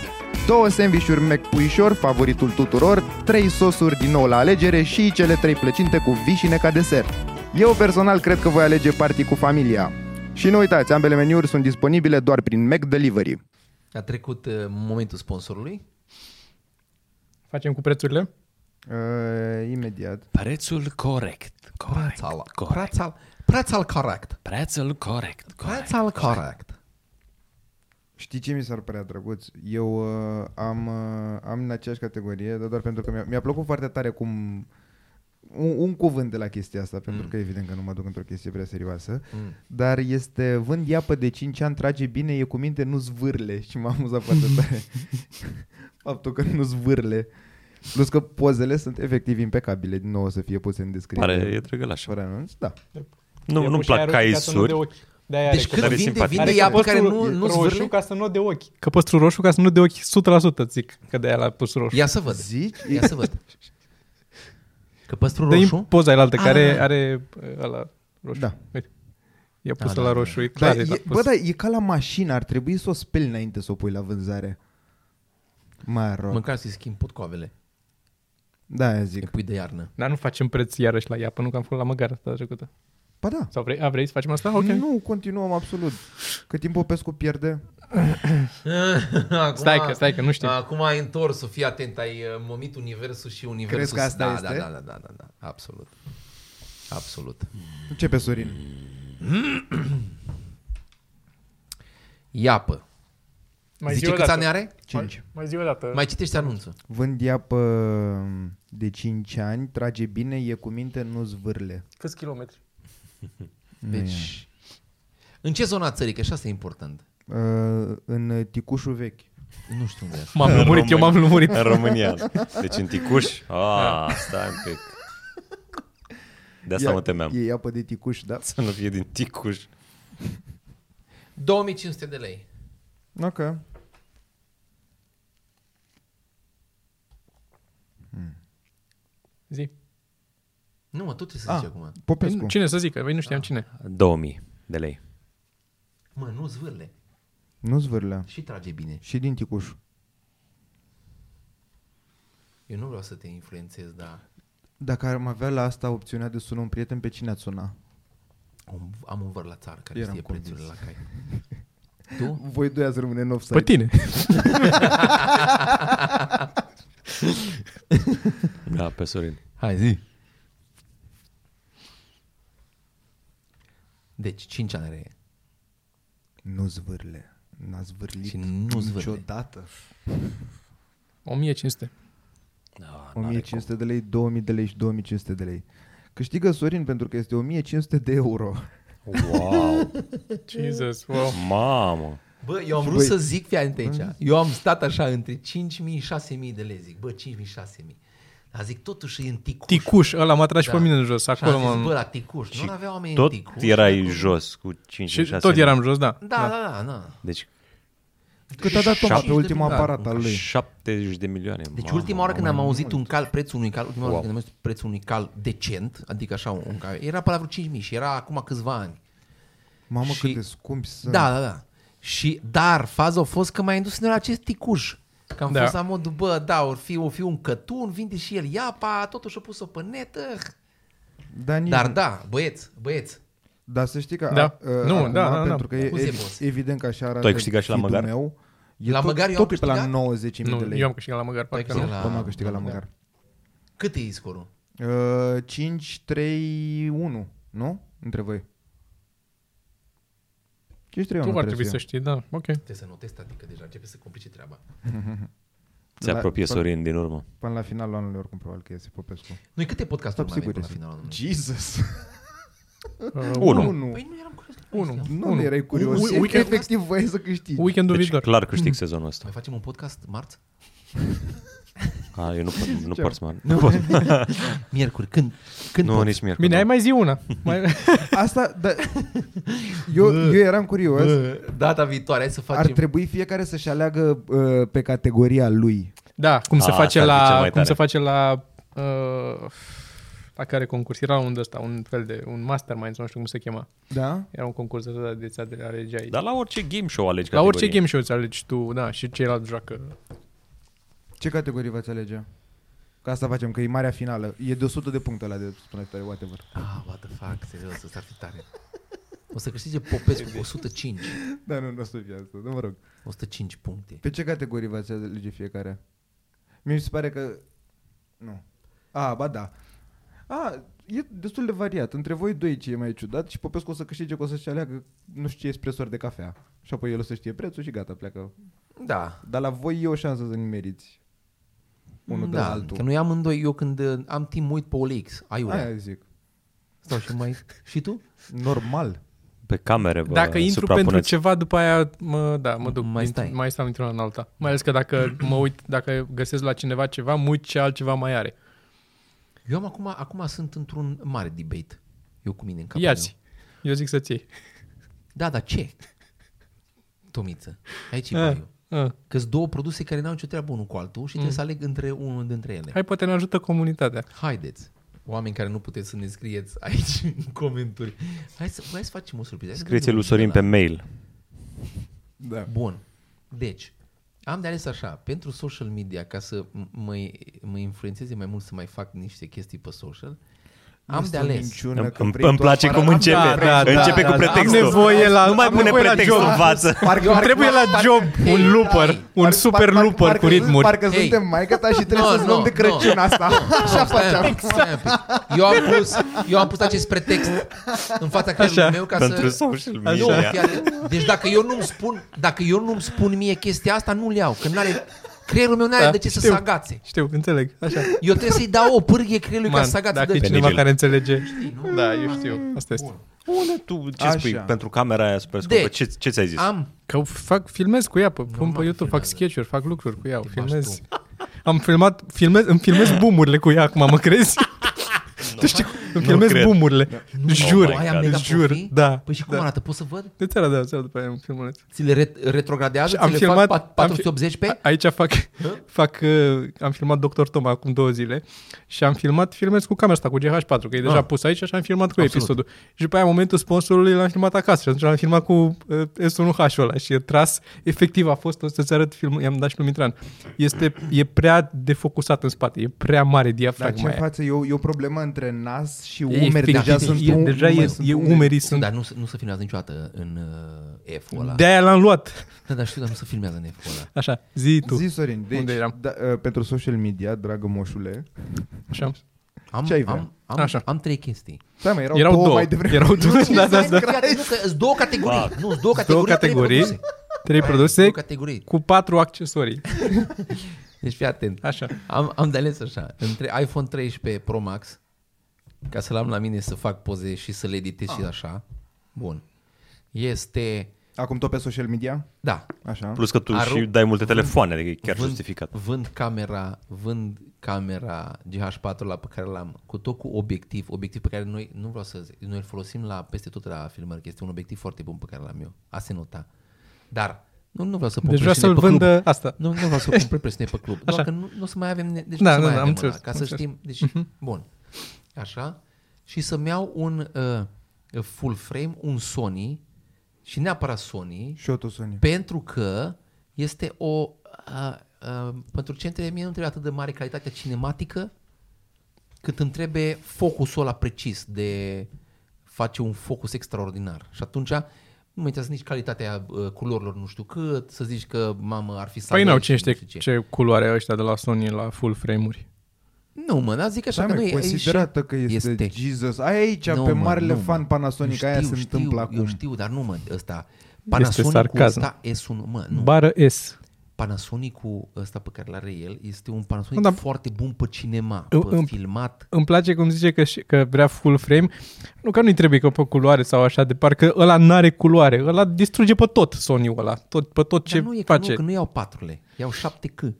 S3: două sandvișuri McPuișor, favoritul tuturor, trei sosuri din nou la alegere și cele trei plăcinte cu vișine ca desert. Eu personal cred că voi alege party cu familia. Și nu uitați, ambele meniuri sunt disponibile doar prin Mac Delivery.
S1: a trecut uh, momentul sponsorului.
S2: Facem cu prețurile?
S3: Uh, imediat.
S4: Prețul corect. Corect.
S1: Prațal,
S4: corect.
S1: prațal, prațal corect.
S4: Prețul corect. corect.
S1: Prațal corect.
S3: Știi ce mi s-ar părea drăguț? Eu uh, am, uh, am în aceeași categorie, dar doar pentru că mi-a, mi-a plăcut foarte tare cum un, un cuvânt de la chestia asta, pentru că evident că nu mă duc într-o chestie prea serioasă, mm. dar este vând iapă de 5 ani, trage bine, e cu minte, nu zvârle și m-am amuzat foarte tare faptul că nu zvârle. Plus că pozele sunt efectiv impecabile, din nou o să fie puse în descriere.
S4: Pare, e drăgălaș.
S3: Fără anunț, da.
S4: Nu, nu-mi plac caisuri.
S2: ochi. De-aia
S1: Deci
S2: are
S1: când
S4: Are
S1: vinde,
S4: simpatie.
S1: vinde
S4: Are
S1: e apă care nu,
S2: căpăstrul
S1: nu
S2: roșu
S1: zvârle?
S2: ca să nu de ochi. Căpăstrul roșu ca să nu de ochi 100% zic că de-aia l-a pus roșu.
S1: Ia să văd.
S3: Zici?
S1: Ia să văd. Că păstrul
S2: Dă-i
S1: roșu?
S2: poza aia altă,
S1: Ah.
S2: care are uh, ăla roșu.
S3: Da.
S2: Uite. I-a pus
S1: da,
S2: la
S1: da.
S2: roșu, e clar.
S3: Dar
S2: i l-a
S3: e,
S2: pus.
S3: bă, dar e ca la mașină, ar trebui să o speli înainte să o pui la vânzare. Mai rog.
S1: Măcar să-i schimb potcoavele.
S3: Da, aia
S1: Îi
S3: zic.
S1: pui de iarnă.
S2: Dar nu facem preț iarăși la iapă, nu că am făcut la măgară data trecută.
S3: Ba da.
S2: Sau vrei, a, vrei să facem asta? Ah, Ok.
S3: Nu, continuăm absolut. Cât timp Popescu pierde,
S1: Acum,
S2: Stai că- stai că nu știu.
S1: Acum ai întors, să fii atent, ai uh, momit universul și universul.
S3: Crezi că asta
S1: da,
S3: este?
S1: Da, da, da, da, da, absolut. Absolut.
S3: Mm. începe Sorin.
S1: Iapă.
S2: Mai
S1: Zice
S2: zi o
S1: câți
S2: dată.
S1: ani are?
S3: Cinci.
S2: Mai zi o dată.
S1: Mai citește anunțul.
S3: Vând iapă de 5 ani, trage bine, e cu minte, nu zvârle.
S2: Câți kilometri?
S1: Deci, în ce zona țării? Că și asta e important.
S3: Uh, în ticușul vechi.
S1: Nu știu unde e asta.
S2: M-am lumurit, eu m-am lumurit.
S4: În România. Deci în Ticuș?
S2: Da.
S4: Ah, stai un pic. De asta
S3: Ia-
S4: mă temeam.
S3: E iapă de ticuș, da?
S4: Să nu fie din Ticuș.
S1: 2500 de lei.
S3: Ok.
S2: Zi.
S1: Nu, mă, tu trebuie să
S3: Ah.
S1: zici acum.
S3: Popescu.
S2: Cine să zică? Păi nu știam cine.
S4: 2000 de lei.
S1: Mă, nu zvârle.
S3: Nu zvârle.
S1: Și trage bine.
S3: Și din ticuș.
S1: Eu nu vreau să te influențez, dar
S3: Dacă am avea la asta opțiunea de sună un prieten, pe cine ați suna?
S1: am- am un văr la țară care
S3: Eram
S1: știe
S3: convins.
S1: prețurile la cai. Tu?
S3: Voi doi ați rămâne în offside.
S2: Pe tine.
S4: Da, pe Sorin.
S1: Hai, zi. Deci, 5 ani are.
S3: Nu zvârle. N-a zvârlit
S1: Și nu zvârle.
S3: niciodată.
S2: 1500.
S4: Da, n-are
S3: 1500 de lei, 2000 de lei și 2500 de lei. Câștigă Sorin pentru că este 1500 de
S1: [LAUGHS]
S3: euro.
S4: cum. Wow!
S2: Jesus, wow.
S4: Mamă!
S1: Bă, eu am vrut
S3: Băi.
S1: să zic, fii atent aici. Eu am stat așa între 5.000 și 6.000 de lei. Zic, bă, 5.000, 6.000. Dar zic, totuși e în ticuș.
S2: Ticuș, ăla m-a tras și
S1: Da.
S2: pe mine în jos,
S1: Și am
S2: acolo
S1: zis, bă,
S2: m-am...
S1: la ticuș. Nu aveau oameni
S4: Tot
S1: în ticuș.
S4: erai jos cu 5
S2: Și tot eram jos, da.
S1: Da, da, da, da.
S4: Deci
S3: Cât a dat Toma
S1: Șapte Da,
S3: pe ultimul
S1: de
S3: aparat
S1: dolari,
S3: al lui?
S4: 70 de milioane.
S1: Deci
S4: mamă.
S1: ultima oară când am auzit un cal, prețul unui cal, ultima oară când am auzit prețul unui cal decent, adică așa un, un cal, era pe la vreo 5.000 și era acum câțiva ani.
S3: Mamă,
S1: Și-
S3: cât de scumpi sunt.
S1: Da, da, da. Și, dar faza a fost că m-a indus în acest ticuș. Că am da.
S2: Da.
S1: fost la modul, bă, da, or fi, o fi un cătun, vinde și el iapa, totuși a pus-o pe net. ah.
S3: Dar, nici
S1: Dar
S3: nu.
S1: da, băieți, băieți.
S3: Dar să știi că
S2: Da.
S3: a, a,
S2: Nu,
S3: acum,
S2: da, da, da.
S3: pentru că e
S1: Scuze,
S3: ev-
S1: boss.
S3: evident că așa arată
S4: câștigat și la
S3: feed-ul
S4: măgar?
S3: meu. E
S1: La
S3: tot,
S1: măgar eu am
S3: tot pe la
S1: câștigat?
S3: 90.000 de
S2: Nu,
S3: lei.
S2: eu am câștigat la măgar, parcă
S1: Ai
S2: nu.
S1: câștigat
S3: Toma a câștigat la măgar.
S1: Cât e scorul?
S3: Uh, 5, 3, 1, nu? Între voi. 5, 3, 1
S2: Tu ar trebui să știi, da, ok.
S1: Trebuie să notezi, adică deja începe să complice treaba.
S4: Se apropie
S3: La-
S4: Sorin din urmă.
S3: Până la finalul anului oricum probabil că iese Popescu.
S1: Noi câte podcasturi
S3: Stop,
S1: mai avem până
S3: sigur,
S1: la finalul anului?
S3: Jesus!
S4: Unu.
S3: Unu.
S1: Păi nu eram curios.
S2: Unu.
S3: Nu, nu
S2: Unu.
S3: erai curios.
S2: Ui-
S3: Weekend,
S2: weekend-
S3: efectiv voiai să câștigi.
S2: Weekendul
S4: Deci
S2: viitor.
S4: clar câștig sezonul ăsta.
S1: Mai facem un podcast marți?
S4: A, eu nu pot, nu pot să mă...
S1: Miercuri, când? Când
S4: Nu,
S1: pot?
S4: nici miercuri.
S2: Bine, ai mai zi una.
S4: [LAUGHS]
S2: Mai...
S3: Asta, da, [LAUGHS] eu, eu eram curios.
S1: Bă, Data viitoare, hai să
S3: Ar
S1: facem...
S3: trebui fiecare să-și aleagă uh, pe categoria lui.
S2: Da, cum se
S4: A,
S2: face
S4: asta ar fi cel
S2: la...
S4: mai
S2: Cum
S4: tare.
S2: se face la... Uh, la care concurs? Era un de ăsta, un fel de... Un mastermind, sau nu știu cum se chema.
S3: Da?
S2: Era un concurs de ăsta de ți alegeai.
S4: Dar la orice game show alegi
S2: La orice
S4: Da, categorie.
S2: game show îți alegi tu, da, și ceilalți joacă.
S3: Ce categorie v-ați alege? Ca asta facem, că e marea finală. E de 100 de puncte la de spuneți tare, whatever.
S1: Ah, what the fuck, serios, ăsta ar fi tare. O să câștige Popescu cu 105.
S3: Da, nu, nu o să fie asta, nu mă rog.
S1: 105 puncte.
S3: Pe ce categorii v-ați alege fiecare? Mi se pare că... Nu. A, ba da. A, e destul de variat. Între voi doi ce e mai ciudat și Popescu o să câștige că o să-și aleagă nu știu ce espresor de cafea. Și apoi el o să știe prețul și gata, pleacă.
S1: Da.
S3: Dar la voi e o șansă să nimeriți. Unul
S1: da,
S3: de la altul.
S1: Că noi amândoi, eu când uh, am timp uit pe OLX, aiurea.
S3: Aia zic.
S1: Stau și mai... Și tu?
S3: Normal.
S4: Pe camere, bă,
S2: Dacă intru pentru
S4: suprapuneți.
S2: ceva, după aia, mă, da, mă duc.
S1: Mai
S2: dintr-
S1: stai.
S2: Mai stau într-una în alta. Mai ales că dacă mă uit, dacă găsesc la cineva ceva, mă uit ce altceva mai are.
S1: Eu am acum, acum sunt într-un mare debate. Eu cu mine în capul
S2: Ia-ți. Eu zic să-ți iei.
S1: meu. Da, dar ce? Tomiță, aici e eu.
S2: Ah.
S1: că două produse care n-au nicio treabă unul cu altul și trebuie să aleg între unul dintre ele.
S2: Hai, poate ne ajută comunitatea.
S1: Haideți, oameni care nu puteți să ne scrieți aici în comenturi. Hai să, hai să facem o surpriză. Hai să
S4: Scrieți
S1: gândim
S4: lui Sorin
S1: la-
S4: pe mail.
S3: Da.
S1: Bun. Deci, am de ales așa, pentru social media, ca să m- mă, mă influențeze mai mult să mai fac niște chestii pe social, am
S3: Este
S1: de
S3: o
S1: ales.
S3: minciună
S4: Îmi,
S3: că
S4: îmi,
S3: vrei
S4: îmi
S3: tu
S4: place
S3: afară.
S4: cum
S3: Am
S4: începe.
S3: dat-
S2: da, da,
S4: începe
S2: da,
S4: cu
S2: da.
S4: pretextul.
S2: Am nevoie la-
S4: nu mai
S2: am
S4: pune
S2: nevoie la
S4: pretextul
S2: job.
S4: în față.
S3: Parcă,
S2: Eu trebuie la job un
S1: da,
S2: looper, un
S3: parcă-
S2: super
S3: parcă-
S2: looper
S3: parcă
S2: cu
S3: sunt-
S2: ritmuri.
S3: Parcă
S1: Ei.
S3: suntem maica ta și trebuie
S1: No,
S3: să-ți luăm
S1: no,
S3: de Crăciun
S1: no.
S3: asta.
S1: Stai
S3: Așa
S1: un
S3: facem.
S1: pic, stai un pic. Eu am pus, eu am pus acest pretext în fața creierului meu ca
S4: [LAUGHS] Pentru
S1: să...
S4: social
S1: Nu,
S4: media.
S1: fii atent. Deci dacă eu nu-mi spun, dacă eu nu-mi spun mie chestia asta, nu-l iau, că n-are, creierul meu n-are
S2: Da,
S1: de ce să
S2: știu.
S1: se agațe.
S2: Știu, înțeleg. Așa.
S1: Eu trebuie să-i dau o pârghie creierului Man, ca
S2: Man,
S1: să se agațe Deci,
S2: dacă
S1: de
S2: e
S1: ce.
S2: cineva
S4: Penibil.
S2: care înțelege. Da, eu știu. Asta este.
S4: Unde tu ce
S3: Așa.
S4: spui pentru camera aia super scumpă?
S1: Deci,
S4: ce, ce ți-ai zis?
S1: Am
S2: Că fac, filmez cu ea, pe, pun pe
S1: mă,
S2: YouTube, fac
S1: filmează.
S2: sketch-uri, fac lucruri cu ea, o
S1: bași
S2: filmez. Am filmat, filmez, îmi filmez bumurile cu ea acum, mă crezi?
S1: [LAUGHS]
S2: Tu știi, cum- îmi filmez
S4: cred.
S2: bumurile. Jur,
S4: Oh my
S1: am
S4: God.
S2: îți jur.
S1: megapofii?
S2: Da.
S1: Păi și cum
S2: da.
S1: arată? Pot să văd?
S2: Îți arăt, da, îți arăt după aia un filmuleț.
S1: Ți le re- retrogradează?
S2: Am
S1: ți le
S2: filmat...
S1: fac
S2: am fi-
S1: 480
S2: a-
S1: pe?
S2: Aici fac, fac uh, am filmat Dr. Toma acum două zile și am filmat, filmez cu camera asta, cu GH4, că e deja
S1: Ah.
S2: pus aici și am filmat cu
S1: Absolut.
S2: episodul. Și după aia, în momentul sponsorului, l-am filmat acasă și atunci l-am filmat cu uh, S1H-ul ăla și e tras, efectiv a fost, o să-ți arăt filmul, i-am dat și lui Mitran. Este, e prea defocusat în spate, e prea mare
S3: Dar ce
S2: diafragma
S3: în
S2: aia.
S3: față? E o, e o problemă între nas și
S2: E
S3: umeri. Deja
S2: efectiv,
S3: sunt um-
S2: e, deja e, e umerii sunt...
S1: Dar nu, se- nu se filmează niciodată în uh, F-ul ăla.
S2: De-aia l-am luat.
S1: Da, dar știu, dar nu se filmează în F-ul ăla.
S2: Așa, zi tu.
S3: Zi, Sorin, deci,
S2: Unde eram?
S3: Da, uh, pentru social media, dragă moșule,
S2: Așa.
S1: Am,
S3: Ce ai vrea?
S1: am, am,
S2: Așa.
S1: am trei chestii.
S3: stai Da, mă, erau,
S2: Erau
S3: două,
S2: două.
S3: mai devreme.
S2: Erau două, da, da, da.
S1: Fii atent, Nu, că sunt două categorii. Nu, sunt două categorii.
S2: Două
S1: trei
S2: categorii,
S1: produse.
S2: trei
S1: Două
S2: produse
S1: categorii.
S2: cu patru accesorii.
S1: Deci fii atent.
S2: Așa.
S1: Am, am de ales așa, între iPhone 13 Pro Max, ca să-l am la mine să fac poze și să le editez și așa. Bun. Este,
S3: Acum tot pe social media,
S1: da,
S3: așa.
S4: Plus că tu
S1: Aru-
S4: și dai multe telefoane, adică e chiar
S1: vând,
S4: justificat.
S1: Vând camera, vând camera GH4 la pe care l-am, cu tot cu obiectiv, obiectiv pe care noi nu vreau să zic, noi îl folosim la peste tot la filmări, că este un obiectiv foarte bun pe care l-am eu. A se nota. Dar nu, nu vreau să pun
S2: Deci vrea
S1: presiune
S2: să-l
S1: pe club.
S2: vândă asta.
S1: Nu, nu vreau să pun
S2: [LAUGHS]
S1: prea presiune pe club. Doar
S2: Așa.
S1: că nu, nu o să mai avem, ne- deci
S2: Da,
S1: nu o să mai
S2: da, da, am
S1: avem
S2: înțeles,
S1: ăla, ca
S2: am
S1: să
S2: înțeles. Mhm.
S1: știm. Deci, bun. Așa. Și să-mi iau un uh, full frame, un Sony și neapărat Sony
S3: Și eu tu, Sonia.
S1: pentru că este o... A, a, pentru centre mie nu trebuie atât de mare calitatea cinematică cât îmi trebuie focusul ăla precis de face un focus extraordinar. Și atunci nu mă interesează nici calitatea uh, culorilor nu știu cât, să zici că mamă ar fi să
S2: Păi
S1: alegi
S2: n-au
S1: și
S2: cine
S1: nu știu
S2: știe ce culoare ăștia de la Sony la full frame-uri.
S1: Nu mă, dar zic așa că
S3: Da, mă,
S1: nu Păi, e...
S3: considerată
S1: e-
S3: că este,
S1: este.
S3: Jesus. Aia aici,
S1: Nu,
S3: pe
S1: mă,
S3: marele
S1: nu, mă.
S3: fan Panasonic,
S1: știu,
S3: aia se
S1: știu,
S3: întâmplă acum.
S1: Eu știu, dar nu mă, ăsta... Panasonic-ul
S2: sarcasm.
S1: ăsta S1, mă, nu,
S2: Bară S.
S1: Panasonic-ul ăsta pe care l-are el este un Panasonic
S2: Da,
S1: da,
S2: da.
S1: foarte bun pe cinema, pe
S2: Îmi- îmi-
S1: filmat.
S2: Îmi place cum zice că, și- că vrea full frame. Nu că nu-i trebuie că pe culoare sau așa, de parcă ăla n-are culoare. Ăla distruge pe tot Sony-ul ăla, tot, pe tot ce
S1: Dar nu e
S2: face.
S1: Că nu, că nu iau patrule, iau 7K.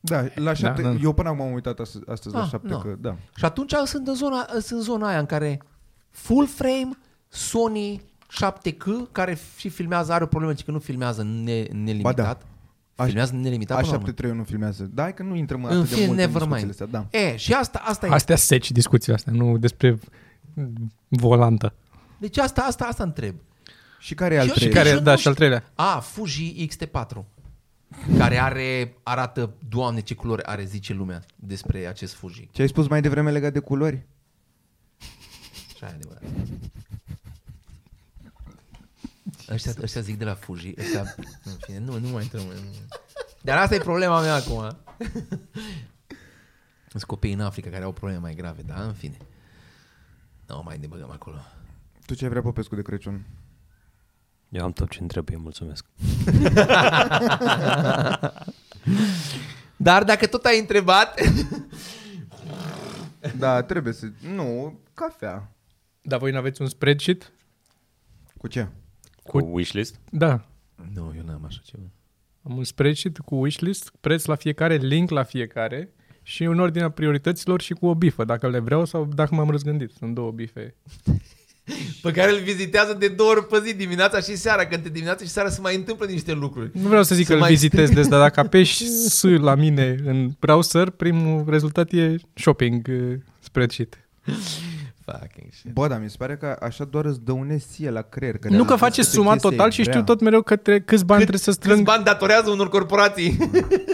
S3: Da, la șapte,
S2: da.
S3: eu până acum am uitat astăzi, astăzi la
S1: Ah,
S3: șapte,
S1: nu.
S3: că da.
S1: Și atunci sunt în, zona, sunt în zona aia în care full frame, Sony 7K, care și filmează, are o problemă, ci că nu filmează ne, nelimitat.
S3: da. Aș-
S1: filmează nelimitat
S3: A
S1: până la urmă.
S3: 7-3 nu filmează. Da, hai că nu intrăm
S1: În
S3: atât de
S1: fine,
S3: mult în
S1: never
S3: discuțiile
S1: mind.
S3: astea. Da.
S1: E, și asta, asta e.
S2: Astea seci discuțiile astea, nu despre volantă.
S1: Deci asta, asta, asta întreb.
S3: Și care e al
S1: Și eu-
S3: treilea?
S1: și
S2: Care,
S1: eu nu
S2: da, și
S1: știu.
S2: al treilea.
S1: A, Fuji XT4 care are, arată, doamne ce culori are, zice lumea despre acest Fuji.
S3: Ce ai spus mai devreme legat de culori?
S1: Așa e adevărat. Ăștia, ăștia zic de la Fuji, ăștia, în fine, nu, nu mai intrăm în... Dar asta e problema mea acum. [LAUGHS] Sunt copii în Africa care au probleme mai grave, da, în fine. Nu mai ne băgăm acolo.
S3: Tu ce ai vrea Popescu de Crăciun?
S4: Eu am tot ce îmi trebuie, mulțumesc.
S1: Dar dacă tot ai întrebat... [LAUGHS]
S3: [LAUGHS] Da, trebuie să... Nu, cafea.
S2: Dar voi nu aveți un spreadsheet?
S3: Cu ce?
S4: Cu wishlist?
S2: Da.
S1: nu, eu n-am așa ceva.
S2: Am un spreadsheet cu wishlist, preț la fiecare, link la fiecare și în ordinea priorităților și cu o bifă, dacă le vreau sau dacă m-am răzgândit. Sunt două bife
S1: pe care îl vizitează de două ori pe zi, dimineața și seara, când te dimineața și seara se mai întâmplă niște lucruri.
S2: Nu vreau să zic
S1: Se
S2: că îl
S1: mai-
S2: vizitez des, dar dacă apeși S la mine în browser, primul rezultat e shopping uh, spreadsheet.
S1: Fucking shit.
S3: Bă, dar mi se pare că așa doar îți dăunezi ție la creier. Că
S2: nu
S3: de-aia
S2: că
S3: îți
S2: face
S3: zic
S2: suma
S3: chestia e
S2: total și
S3: grea.
S2: știu tot mereu că tre- câți bani trebuie să
S1: Câți
S2: strâng.
S1: bani datorează unor corporații?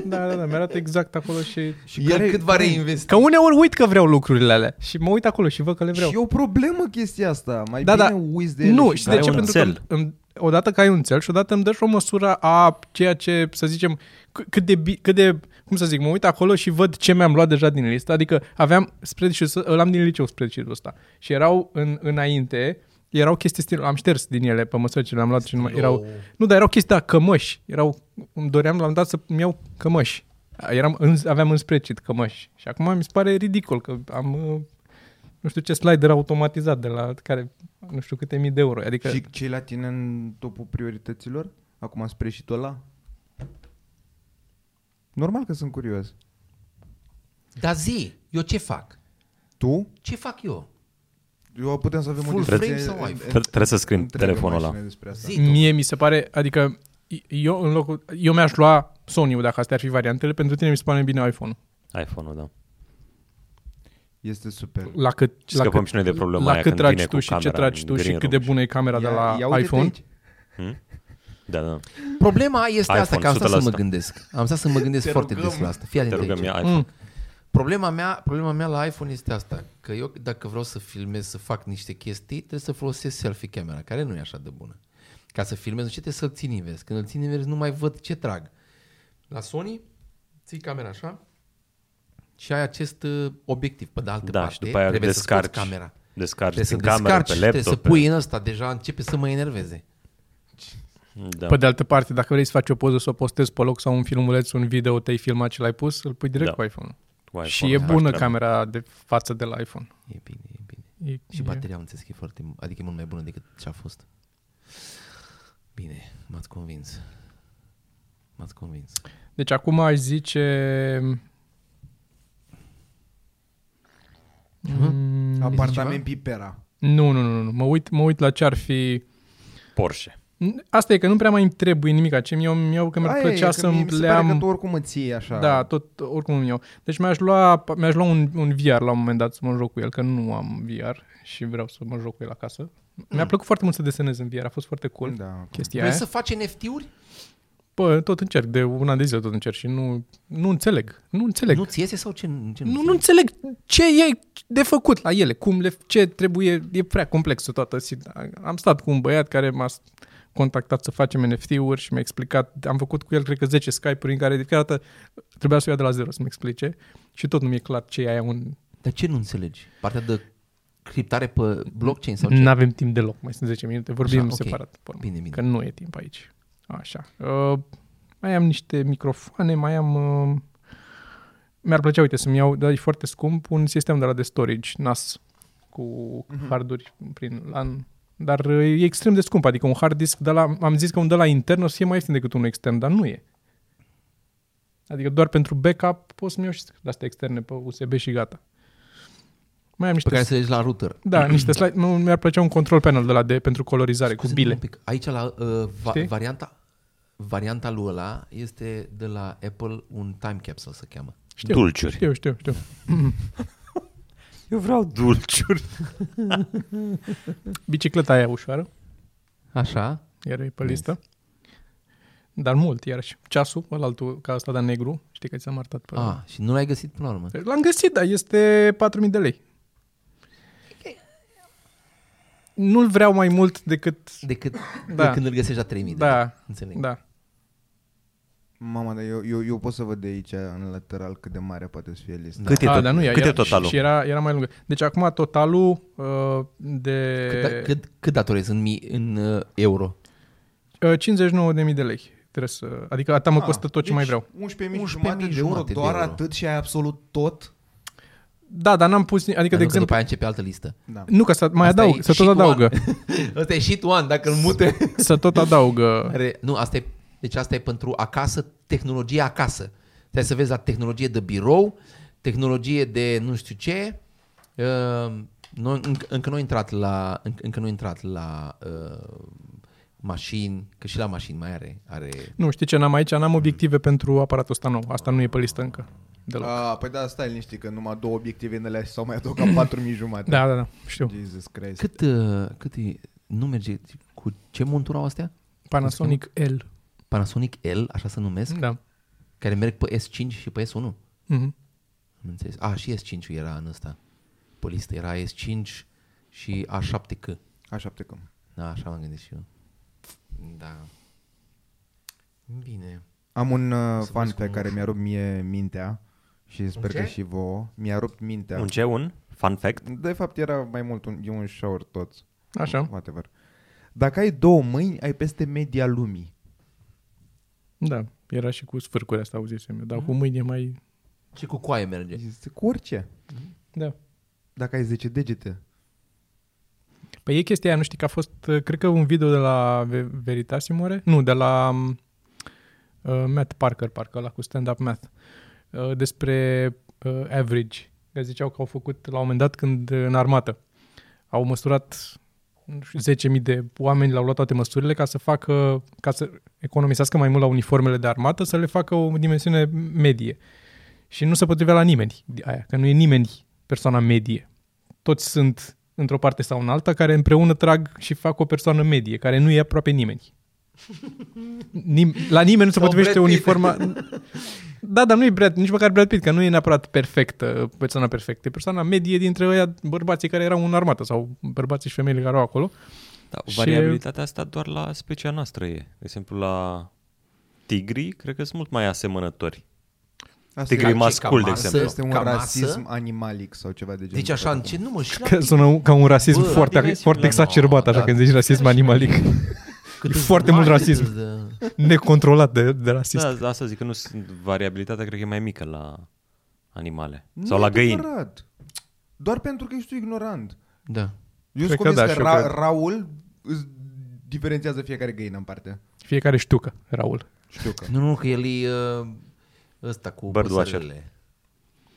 S2: Da, da, da, mi-arată exact acolo și...
S1: Și El
S3: care-
S1: cât va
S3: care-
S1: reinvesti?
S2: Că uneori uit că vreau lucrurile alea și mă uit acolo și văd că le vreau.
S3: Și e o problemă chestia asta. Mai
S2: Da,
S3: bine
S2: da.
S3: uiți de ele
S2: Nu,
S3: și
S2: și de
S4: ai
S2: ce?
S4: un
S2: Pentru
S4: țel.
S2: că îmi, odată că ai un țel și odată îmi dă și o măsură a ceea ce, să zicem, c- cât de, bi- cât de, cum să zic, mă uit acolo și văd ce mi-am luat deja din listă. Adică aveam spreadsheet îl am din liceu spreadsheet-ul ăsta și erau în, înainte, erau chestii stil, am șters din ele pe măsură ce le-am luat și nu mai, erau, nu, dar erau chestii, da, cămăși, erau, îmi doream la un dat să-mi iau cămăși. Eram în, aveam în spreadsheet cămăși și acum mi se pare ridicol că am uh, nu știu ce slider automatizat de la care nu știu câte mii de euro. Adică
S3: Și cei la tine în topul priorităților? Acum spre și tot la? Normal că sunt curios.
S1: Dar zi, eu ce fac?
S3: Tu?
S1: Ce fac eu?
S3: Eu putem să avem
S1: Full
S3: o discuție
S1: frame sau iPhone?
S4: Trebuie să scrim
S3: întreagă
S4: telefonul ăla.
S3: mașină Despre asta.
S1: Zi tu.
S2: mie mi se pare, adică eu în locul, eu mi-aș lua Sony-ul dacă astea ar fi variantele, pentru tine mi se pare mai bine iPhone-ul.
S4: iPhone-ul, da.
S3: Este super.
S2: La cât,
S4: Și
S2: la
S4: scăpăm
S2: cât,
S4: și noi de problema
S2: la
S4: aia
S2: cât
S4: când
S2: tragi
S4: vine
S2: tu
S4: cu
S2: și ce
S4: camera
S2: tragi
S4: în
S2: tu și
S4: green
S2: cât de
S4: room.
S2: bună e camera de la
S3: uite-te
S2: iPhone.
S3: aici.
S4: Da, da.
S1: Problema este asta,
S4: iPhone,
S1: că am stat să
S4: 100%.
S1: mă gândesc. Am stat să mă gândesc foarte des la asta. Fii
S4: Te
S1: atent
S4: rugăm,
S1: aici.
S4: ia iPhone.
S1: Problema mea, problema mea la iPhone este asta, că eu dacă vreau să filmez, să fac niște chestii, trebuie să folosesc selfie camera, care nu e așa de bună. Ca să filmez, nu știu, trebuie să-l țin invers. Când îl țin invers, nu mai văd ce trag. La Sony, ții camera așa și ai acest uh, obiectiv. Pe de altă
S4: Da,
S1: parte,
S4: și după aia
S1: trebuie să scoți
S4: descarci.
S1: camera.
S4: Descarci
S1: Trebuie să
S4: din cameră,
S1: descarci,
S4: pe
S1: și trebuie să
S4: laptop.
S1: pui în ăsta, deja începe să mă enerveze.
S4: Da.
S2: Pe de altă parte, dacă vrei să faci o poză, să o postezi pe loc sau un filmuleț, un video, te-ai filmat și l-ai pus, îl pui direct
S4: Da.
S2: cu iPhone-ul.
S4: Cu iPhone-ul,
S2: și e
S4: faci
S2: bună
S4: treabă.
S2: camera de față de la iPhone.
S1: E bine, e bine.
S2: E,
S1: Și
S2: e-
S1: bateria am înțeles că e foarte, adică e mult mai bună decât ce a fost. Bine, m-ați convins. M-ați convins.
S2: Deci acum aș zice...
S3: Mhm.
S2: Mm,
S3: Apartament Pipera.
S2: nu, nu, nu, nu. Mă uit, mă uit la ce ar fi...
S4: Porsche.
S2: Asta e că nu prea mai îmi trebuie nimic. Ce mi-au, mi-au că mi-ar
S3: Aia e,
S2: plăcea
S3: că
S2: să
S3: mie
S2: îmi
S3: mi se pare că tu
S2: leam...
S3: oricum îți iei așa.
S2: Da, tot, oricum îmi iau. Deci mi-aș lua, mi-aș lua un, un VR la un moment dat să mă joc cu el, că nu am VR și vreau să mă joc cu el acasă. Mi-a plăcut foarte mult să desenez în VR, a fost foarte cool
S3: Mm. Da.
S2: chestia
S1: Vrei
S2: aia.
S1: să faci NFT-uri?
S2: Bă, tot încerc, de un an de zile tot încerc și nu, nu înțeleg. Nu înțeleg.
S1: Nu ți iese sau ce, ce
S2: Nu, nu înțeleg ce e de făcut la ele, cum le, ce trebuie, e prea complexă toată. sit- Am stat cu un băiat care m-a s- contactat să facem NFT-uri și mi-a explicat, am făcut cu el, cred că 10 Skype-uri în care de fiecare dată trebuia să o ia de la zero să-mi explice și tot nu mi-e clar ce e aia un...
S1: Dar ce nu înțelegi? Partea de criptare pe blockchain sau ce?
S2: Nu avem timp deloc, mai sunt 10 minute, vorbim
S1: Așa, ok.
S2: separat. pe urmă,
S1: Bine, bine.
S2: Că nu e timp aici. Așa. Uh, mai am niște microfoane, mai am... Uh, mi-ar plăcea, uite, să-mi iau, dar e foarte scump, un sistem de la de storage, NAS, cu
S1: Mhm.
S2: harduri prin LAN, dar uh, e extrem de scump, adică un hard disk de la, am zis că un de la intern o să fie mai ieftin decât unul extern, dar nu e. Adică doar pentru backup pot să-mi iau și de astea externe pe USB și gata. Mai am niște
S1: Pe care să le duci la router.
S2: da, niște slide. Nu, mi-ar plăcea un control panel de la de pentru colorizare cu
S1: Scuze-mă
S2: bile.
S1: un pic. Aici la uh, va,
S2: Știi?
S1: varianta varianta lui ăla este de la Apple un time capsule se cheamă.
S2: Știu.
S4: Dulciuri.
S2: Știu, știu, știu.
S4: Eu vreau dulciuri.
S2: Bicicleta aia ușoară,
S1: Așa.
S2: iar e pe listă. Dar mult, iarăși. Ceasul, ălaltul, ca asta de negru, știi că ți-am arătat pe...
S1: A, Ah, și nu l-ai găsit până la urmă.
S2: L-am găsit, dar este 4.000 de lei. Nu-l vreau mai mult decât...
S1: Decât da.
S2: Da.
S1: de când îl găsești la 3000 de lei.
S2: Da,
S1: Înțeleg.
S2: da.
S3: Mama, dar eu, eu, eu pot să văd de aici, în lateral, cât de mare poate să fie lista.
S4: Cât
S2: A,
S4: e, tot,
S2: Ah, dar nu, ea,
S4: cât
S2: era,
S4: e totalul?
S2: Și era, era mai lungă. Deci acum totalul uh, de...
S1: Cât, da- cât, cât datorezi în, mii, în uh, euro?
S2: Uh, 59.000 de lei. Trebuie să... Adică atâta mă costă tot ce
S3: deci
S2: mai vreau.
S3: 11.000
S1: 11.000
S3: jumate de euro,
S1: jumate de
S3: doar
S1: euro.
S3: atât și ai absolut tot?
S2: Da, dar n-am pus... ni- Adică,
S1: Dar
S2: de
S1: nu, Că după
S2: exemplu...
S1: aia începe altă listă.
S3: Da.
S2: Nu, că să mai
S1: Asta
S2: adaug,
S1: e
S2: să tot
S1: sheet one.
S2: adaugă.
S1: Asta e sheet one, [LAUGHS] dacă îl mute.
S2: să tot
S1: [LAUGHS]
S2: adaugă.
S1: Are, nu, asta e, deci asta e pentru acasă, tehnologie acasă. Trebuie să vezi la tehnologie de birou, tehnologie de nu știu ce, uh, Noi, înc- încă nu a intrat la, înc- încă nu a intrat la uh, mașini, că și la mașini mai are. are
S2: Nu, știi ce n-am aici? N-am obiective pentru aparatul ăsta nou. Asta nu e pe listă încă. Deloc.
S3: Ah, păi da, stai liniștit că numai două obiective în alea și s-au
S2: [LAUGHS]
S3: mai adăugat 4000 jumate.
S2: Da, da, da, știu.
S3: Jesus Christ.
S1: cât, uh, cât e, nu merge, cu ce montură au astea?
S2: Panasonic L.
S1: Panasonic L, așa se numesc,
S2: Da.
S1: care merg pe S5 și pe S1.
S2: Mhm.
S1: Am înțeles. A, și S5 era în ăsta. Pe listă era S5 și A7C.
S3: Așa plecăm.
S1: Da, așa m-am gândit și eu. Da. Bine.
S3: Am un uh, fan
S1: vezi
S3: pe
S1: cum-
S3: care mi-a rupt mie mintea și sper
S1: ce?
S3: că și vouă. Mi-a rupt mintea.
S4: Da. Un ce? Un fun fact?
S3: De fapt era mai mult un, e un shower tot.
S2: Așa.
S3: Whatever. Dacă ai două mâini, ai peste media lumii.
S2: Da. Era și cu sfârcuri asta, auzisem eu. Dar cu mâini e mai...
S1: Ce cu coaie merge?
S3: Este cu orice.
S2: Da.
S3: Dacă ai 10 degete.
S2: Păi e chestia aia, nu știi că a fost, uh, cred că un video de la Ve- Veritasimore, nu, de la um, uh, Matt Parker, parcă la cu Stand Up Math, uh, despre uh, average. Că ziceau că au făcut la un moment dat când uh, în armată au măsurat nu știu, 10.000 de oameni, le-au luat toate măsurile ca să facă, ca să economisească mai mult la uniformele de armată, să le facă o dimensiune medie. Și nu se potrivea la nimeni aia, că nu e nimeni persoana medie toți sunt într-o parte sau în alta, care împreună trag și fac o persoană medie, care nu e aproape
S1: [LAUGHS]
S2: nimeni. Nim- la nimeni nu se
S1: Sau
S2: potrivește
S1: Brad Pitt.
S2: uniforma.
S1: [LAUGHS]
S2: Da, dar nu e Brad, nici măcar Brad Pitt, că nu e neapărat perfectă, persoana perfectă. E persoana medie dintre ăia bărbații care erau în armată sau bărbații și femeile care erau acolo.
S4: Da,
S2: Și-
S4: variabilitatea asta doar la specia noastră e. De exemplu, la tigri, cred că sunt mult mai asemănători.
S3: Asta
S4: Tigri
S1: Ca-
S3: e,
S4: mascul,
S1: ca
S4: de
S1: masă?
S4: exemplu.
S3: este un
S1: Ca masă?
S3: rasism animalic sau ceva de genul.
S1: Deci așa, în ce nu mă și la
S2: Că sună ca un rasism
S1: Bă,
S2: foarte,
S4: dimensiunile
S2: foarte
S4: noastre.
S2: exacerbat, așa,
S1: Da.
S2: când zici rasism
S1: [LAUGHS]
S2: animalic.
S1: cât
S2: e
S1: îți
S2: foarte mult
S1: bani,
S2: rasism.
S1: cât îți dă-
S2: Necontrolat de, de rasist.
S4: Da, asta zic că nu sunt, variabilitatea cred că e mai mică la animale. sau la găini.
S3: Adevărat. Doar pentru că ești tu ignorant.
S1: Da.
S2: Cred
S3: Eu sunt
S2: că
S3: convins
S2: da,
S3: că,
S2: și eu
S3: Ra-
S2: cred.
S3: Raul îți diferențiază fiecare găină în parte.
S2: Fiecare ștucă, Raul.
S3: Știu că.
S1: Nu, nu, că el e uh, ăsta cu
S4: Birdwatcher.
S1: păsările.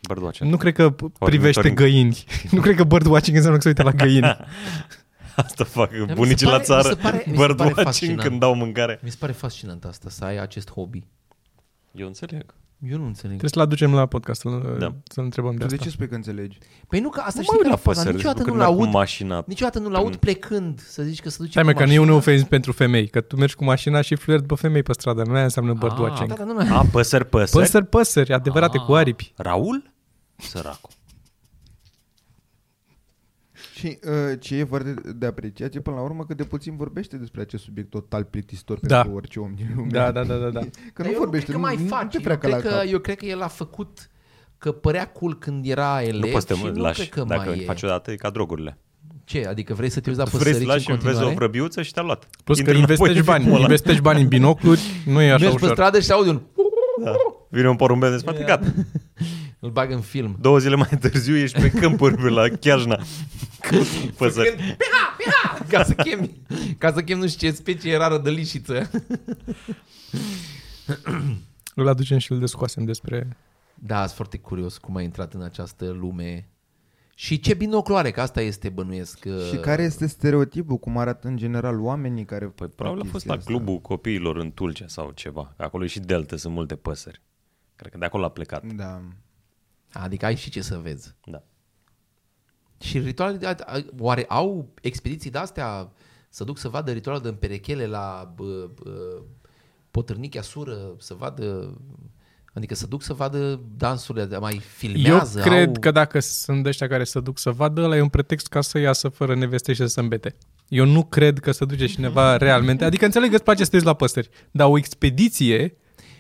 S4: Birdwatcher.
S2: Nu cred că p- privește
S4: Ornitorinc.
S2: găini. [LAUGHS] Nu cred că birdwatching înseamnă că se uită la
S1: [LAUGHS]
S2: găini.
S4: [LAUGHS] Asta fac
S1: se
S4: bunicii
S1: pare-
S4: la țară,
S1: mi se pare- mi se pare
S4: birdwatching
S1: fascinant.
S4: când dau mâncare.
S1: Mi se pare fascinant asta, să ai acest hobby.
S4: Eu înțeleg.
S1: Eu nu înțeleg.
S2: Trebuie să-l aducem la podcast, să-l,
S4: Da.
S2: să-l întrebăm de
S3: Tu de
S2: asta.
S3: ce spui că înțelegi?
S1: Păi nu că asta
S4: Mă
S1: știi
S4: uit
S1: că
S4: la
S1: la faza.
S4: păsări,
S1: Niciodată
S4: deci
S1: nu-l
S4: lucrând
S1: aud,
S4: cu mașina.
S1: niciodată nu-l aud
S4: Prin-
S1: plecând, să zici că se duce
S2: Stai
S1: cu
S2: mai că nu e un
S1: mașina.
S2: ofens pentru femei, că tu mergi cu mașina și flirt pe femei pe stradă, nu aia înseamnă
S1: Ah,
S2: birdwatching.
S1: da, Ah. da, nu,
S4: A, păsări, păsări.
S2: Păsări, păsări, adevărate, cu aripi.
S4: Raul? Săracul.
S3: Și uh, ce e foarte de apreciat e până la urmă că de puțin vorbește despre acest subiect total plictisitor
S2: Da.
S3: pentru orice om din lume.
S2: Da, da, da, da, da.
S3: Că
S1: Dar
S3: nu
S1: Păi eu
S3: vorbește,
S1: cred
S3: nu,
S1: că mai
S3: nu
S1: face.
S3: te
S1: eu,
S3: freacă la
S1: cred că,
S3: cap.
S1: eu cred că el a făcut că părea cool când era elev
S4: Nu poți să
S1: și
S4: te
S1: nu
S4: lași.
S1: cred că
S4: Dacă
S1: mai e.
S4: faci odată, e ca drogurile.
S1: Ce? Adică vrei să te uiți la
S4: Tu vrei să
S1: păsărici în
S4: lași și vezi o
S1: continuare?
S4: vrăbiuță și te-a luat.
S2: Plus că
S4: Intri înapoi
S2: investești
S4: în
S2: bani,
S4: filmul ăla.
S2: investești bani în binocluri, nu e așa
S1: Mergi pe
S2: ușor.
S1: stradă și auzi un...
S4: Da. Vine un porumbel de spate, gata.
S1: Îl bag în film.
S4: Două zile mai târziu ești pe câmpuri pe la Chiajna. Cu păsări.
S1: Ca să chem, ca să chem nu știu ce specie rară de lișiță.
S2: Îl aducem și îl descoasem despre...
S1: Da, sunt foarte curios cum a intrat în această lume. Și ce binoclu are, că asta este bănuiesc. uh, că-
S3: Și care este stereotipul, cum arată în general oamenii care...
S4: Păi
S3: fac
S4: probabil a fost
S3: chestia
S4: la
S3: asta?
S4: clubul copiilor în Tulcea sau ceva. Că Acolo e și Delta, sunt multe păsări. Cred că de acolo a plecat.
S3: Da.
S1: Adică ai și ce să vezi.
S4: Da.
S1: Și ritualele, de a- a- oare au expediții de-astea să duc să vadă ritualul de împerechele la bă, bă, potârnichea sură, să vadă, adică să duc să vadă dansurile, de- mai filmează.
S2: Eu cred
S1: au...
S2: că dacă sunt de ăștia care se duc să vadă, ăla e un pretext ca să iasă fără neveste și să se îmbete. Eu nu cred că se duce
S1: [LAUGHS]
S2: cineva realmente. Adică înțeleg că îți place să te uiți la păsări, dar o expediție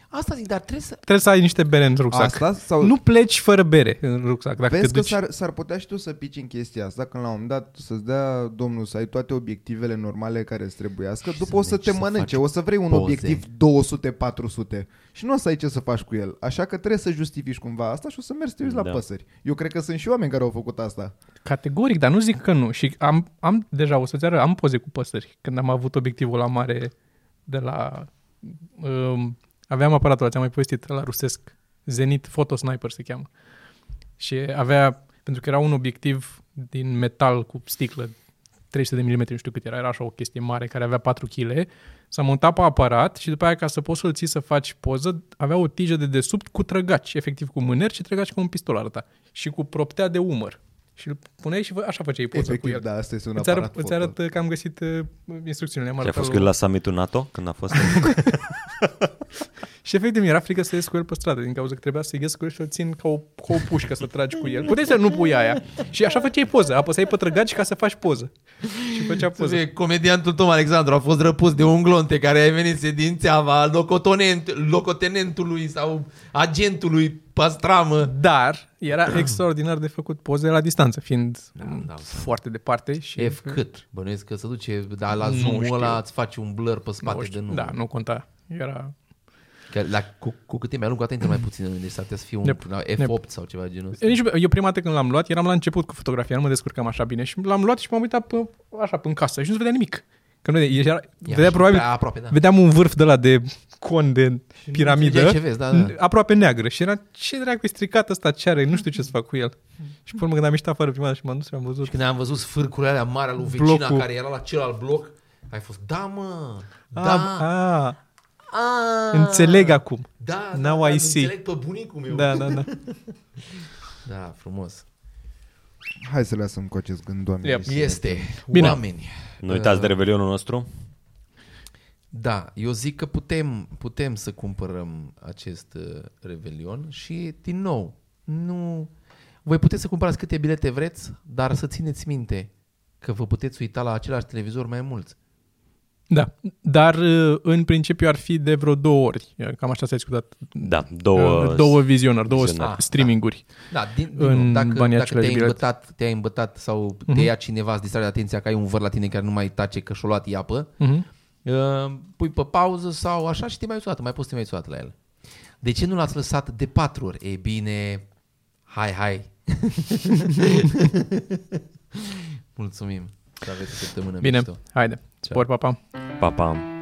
S1: Asta zic, dar trebuie să...
S2: trebuie să ai niște bere în rucsac.
S3: Asta sau-
S2: Nu pleci fără bere în rucsac dacă
S3: Vezi
S2: te
S3: că
S2: duci.
S3: s-ar, s-ar putea și tu să pici în chestia asta, când la un moment dat să-ți dea domnul să ai toate obiectivele normale care îți trebuiască,
S1: Și să
S3: după o să
S1: mergi
S3: te
S1: să
S3: mănânce,
S1: faci
S3: o să vrei un
S1: poze.
S3: obiectiv 200-400 și nu o să ai ce să faci cu el. Așa că trebuie să justifici cumva asta și o să mergi să te uiți la
S4: Da.
S3: păsări. Eu cred că sunt și oameni care au făcut asta.
S2: Exact, Categoric, dar nu zic că nu. Și am, am deja, o să-ți arăt, am poze cu păsări. Când am avut obiectivul la mare de la... Um, aveam aparatul, ți-am mai povestit, la rusesc. Zenit Photo Sniper se cheamă. Și avea, pentru că era un obiectiv din metal cu sticlă, 300 de mm, nu știu cât era, era așa o chestie mare care avea 4 kg, s-a montat pe aparat și după aia ca să poți să-l ții să faci poză, avea o tijă de desubt cu trăgaci, efectiv cu mâneri și trăgaci cu un pistol arăta și cu proptea de umăr. Și îl puneai și fă- așa făceai poză cu
S3: Efectiv,
S2: el.
S3: da, asta este un
S2: Îți,
S3: aparat
S2: arăt, îți
S3: foto.
S2: arăt că am găsit uh, instrucțiunile. am
S4: Și a
S2: arătat
S4: fost cu
S2: lui-
S4: el la summitul NATO când a [LAUGHS] fost?
S2: Și efectiv mi-era frică să ies cu el pe stradă, din cauza că trebuia să ies cu el și să-l țin ca o, ca o pușcă să tragi cu el. Puteai să nu pui aia. Și așa făceai poză, apăsai pe trăgaci ca să faci poză. Și făcea poză.
S1: Să comediantul Tom Alexandru a fost răpus de un glonte care a venit sedințeava locotonent, locotenentului sau agentului pastramă.
S2: Dar era extraordinar de făcut poze la distanță, fiind
S1: îmi dau
S2: foarte departe. Și
S1: F cât? Bănuiesc că se duce, dar la
S2: Nu
S1: zoom-ul
S2: știu.
S1: ăla îți face un blur pe
S2: nu
S1: spate de
S2: știu,
S1: nu.
S2: Da, nu conta. Era...
S1: Că la, cu, cu cât e mai lung, cu atât intră mai puțin. Deci s-ar putea să fie un
S2: Yep.
S1: la F8 sau ceva genul ăsta.
S2: Nici, eu prima dată când l-am luat, eram la început cu fotografia, nu mă descurcam așa bine și l-am luat și m-am uitat pe, așa, pe în casă și nu se vedea nimic. Că nu vedea, era, vedea
S1: și
S2: probabil,
S1: pe aproape, da.
S2: vedeam un vârf de la de con de piramidă,
S1: înțelegeai ce vezi, da, da.
S2: n- aproape neagră și era, ce dracu e stricat ăsta, ce are, nu știu ce să fac cu el. Și până când am ieșit afară prima dată și m-am dus și am văzut.
S1: Mm. Când am văzut sfârcurile alea mari al lui vecina
S2: Blocul.
S1: care era la celălalt bloc, ai fost, da mă, da,
S2: A,
S1: a,
S2: a, Ah, înțeleg acum.
S1: da,
S2: now
S1: da,
S2: I
S1: îl
S2: see.
S1: înțeleg pe bunicul meu.
S2: Da, da, da.
S1: da frumos.
S3: Hai să lăsăm cu acest gând, doamne.
S2: Yep.
S3: Iisus.
S1: Este,
S2: Bine.
S1: oameni.
S4: Nu uitați de revelionul nostru.
S1: Da, eu zic că putem, putem să cumpărăm acest uh, revelion și, din nou, nu... Voi puteți să cumpărați câte bilete vreți, dar să țineți minte că vă puteți uita la același televizor mai mulți.
S2: Da, dar uh, în principiu ar fi de vreo două ori. Cam așa s-a discutat.
S4: Da, două,
S2: Uh, două vizionări, două
S4: vizionări. Ah,
S2: st- streaminguri.
S1: Da, din, din
S2: În
S1: nou, dacă,
S2: banii
S1: dacă
S2: acelea de
S1: te-ai
S2: bilet. Mhm.
S1: îmbătat, te-ai îmbătat sau te ia cineva, îți distrage atenția că ai un văr la tine care nu mai tace că și-a luat iapă,
S2: Mhm.
S1: uh, pui pe pauză sau așa și te mai uiți o dată, mai poți să te mai uiți o dată la el. De ce nu l-ați lăsat de patru ori? E bine, hai,
S2: [LAUGHS]
S1: hai. Mulțumim să aveți o săptămână
S2: Bine,
S1: mișto.
S2: haide. Spor, pa, pa.
S4: Pa, pa.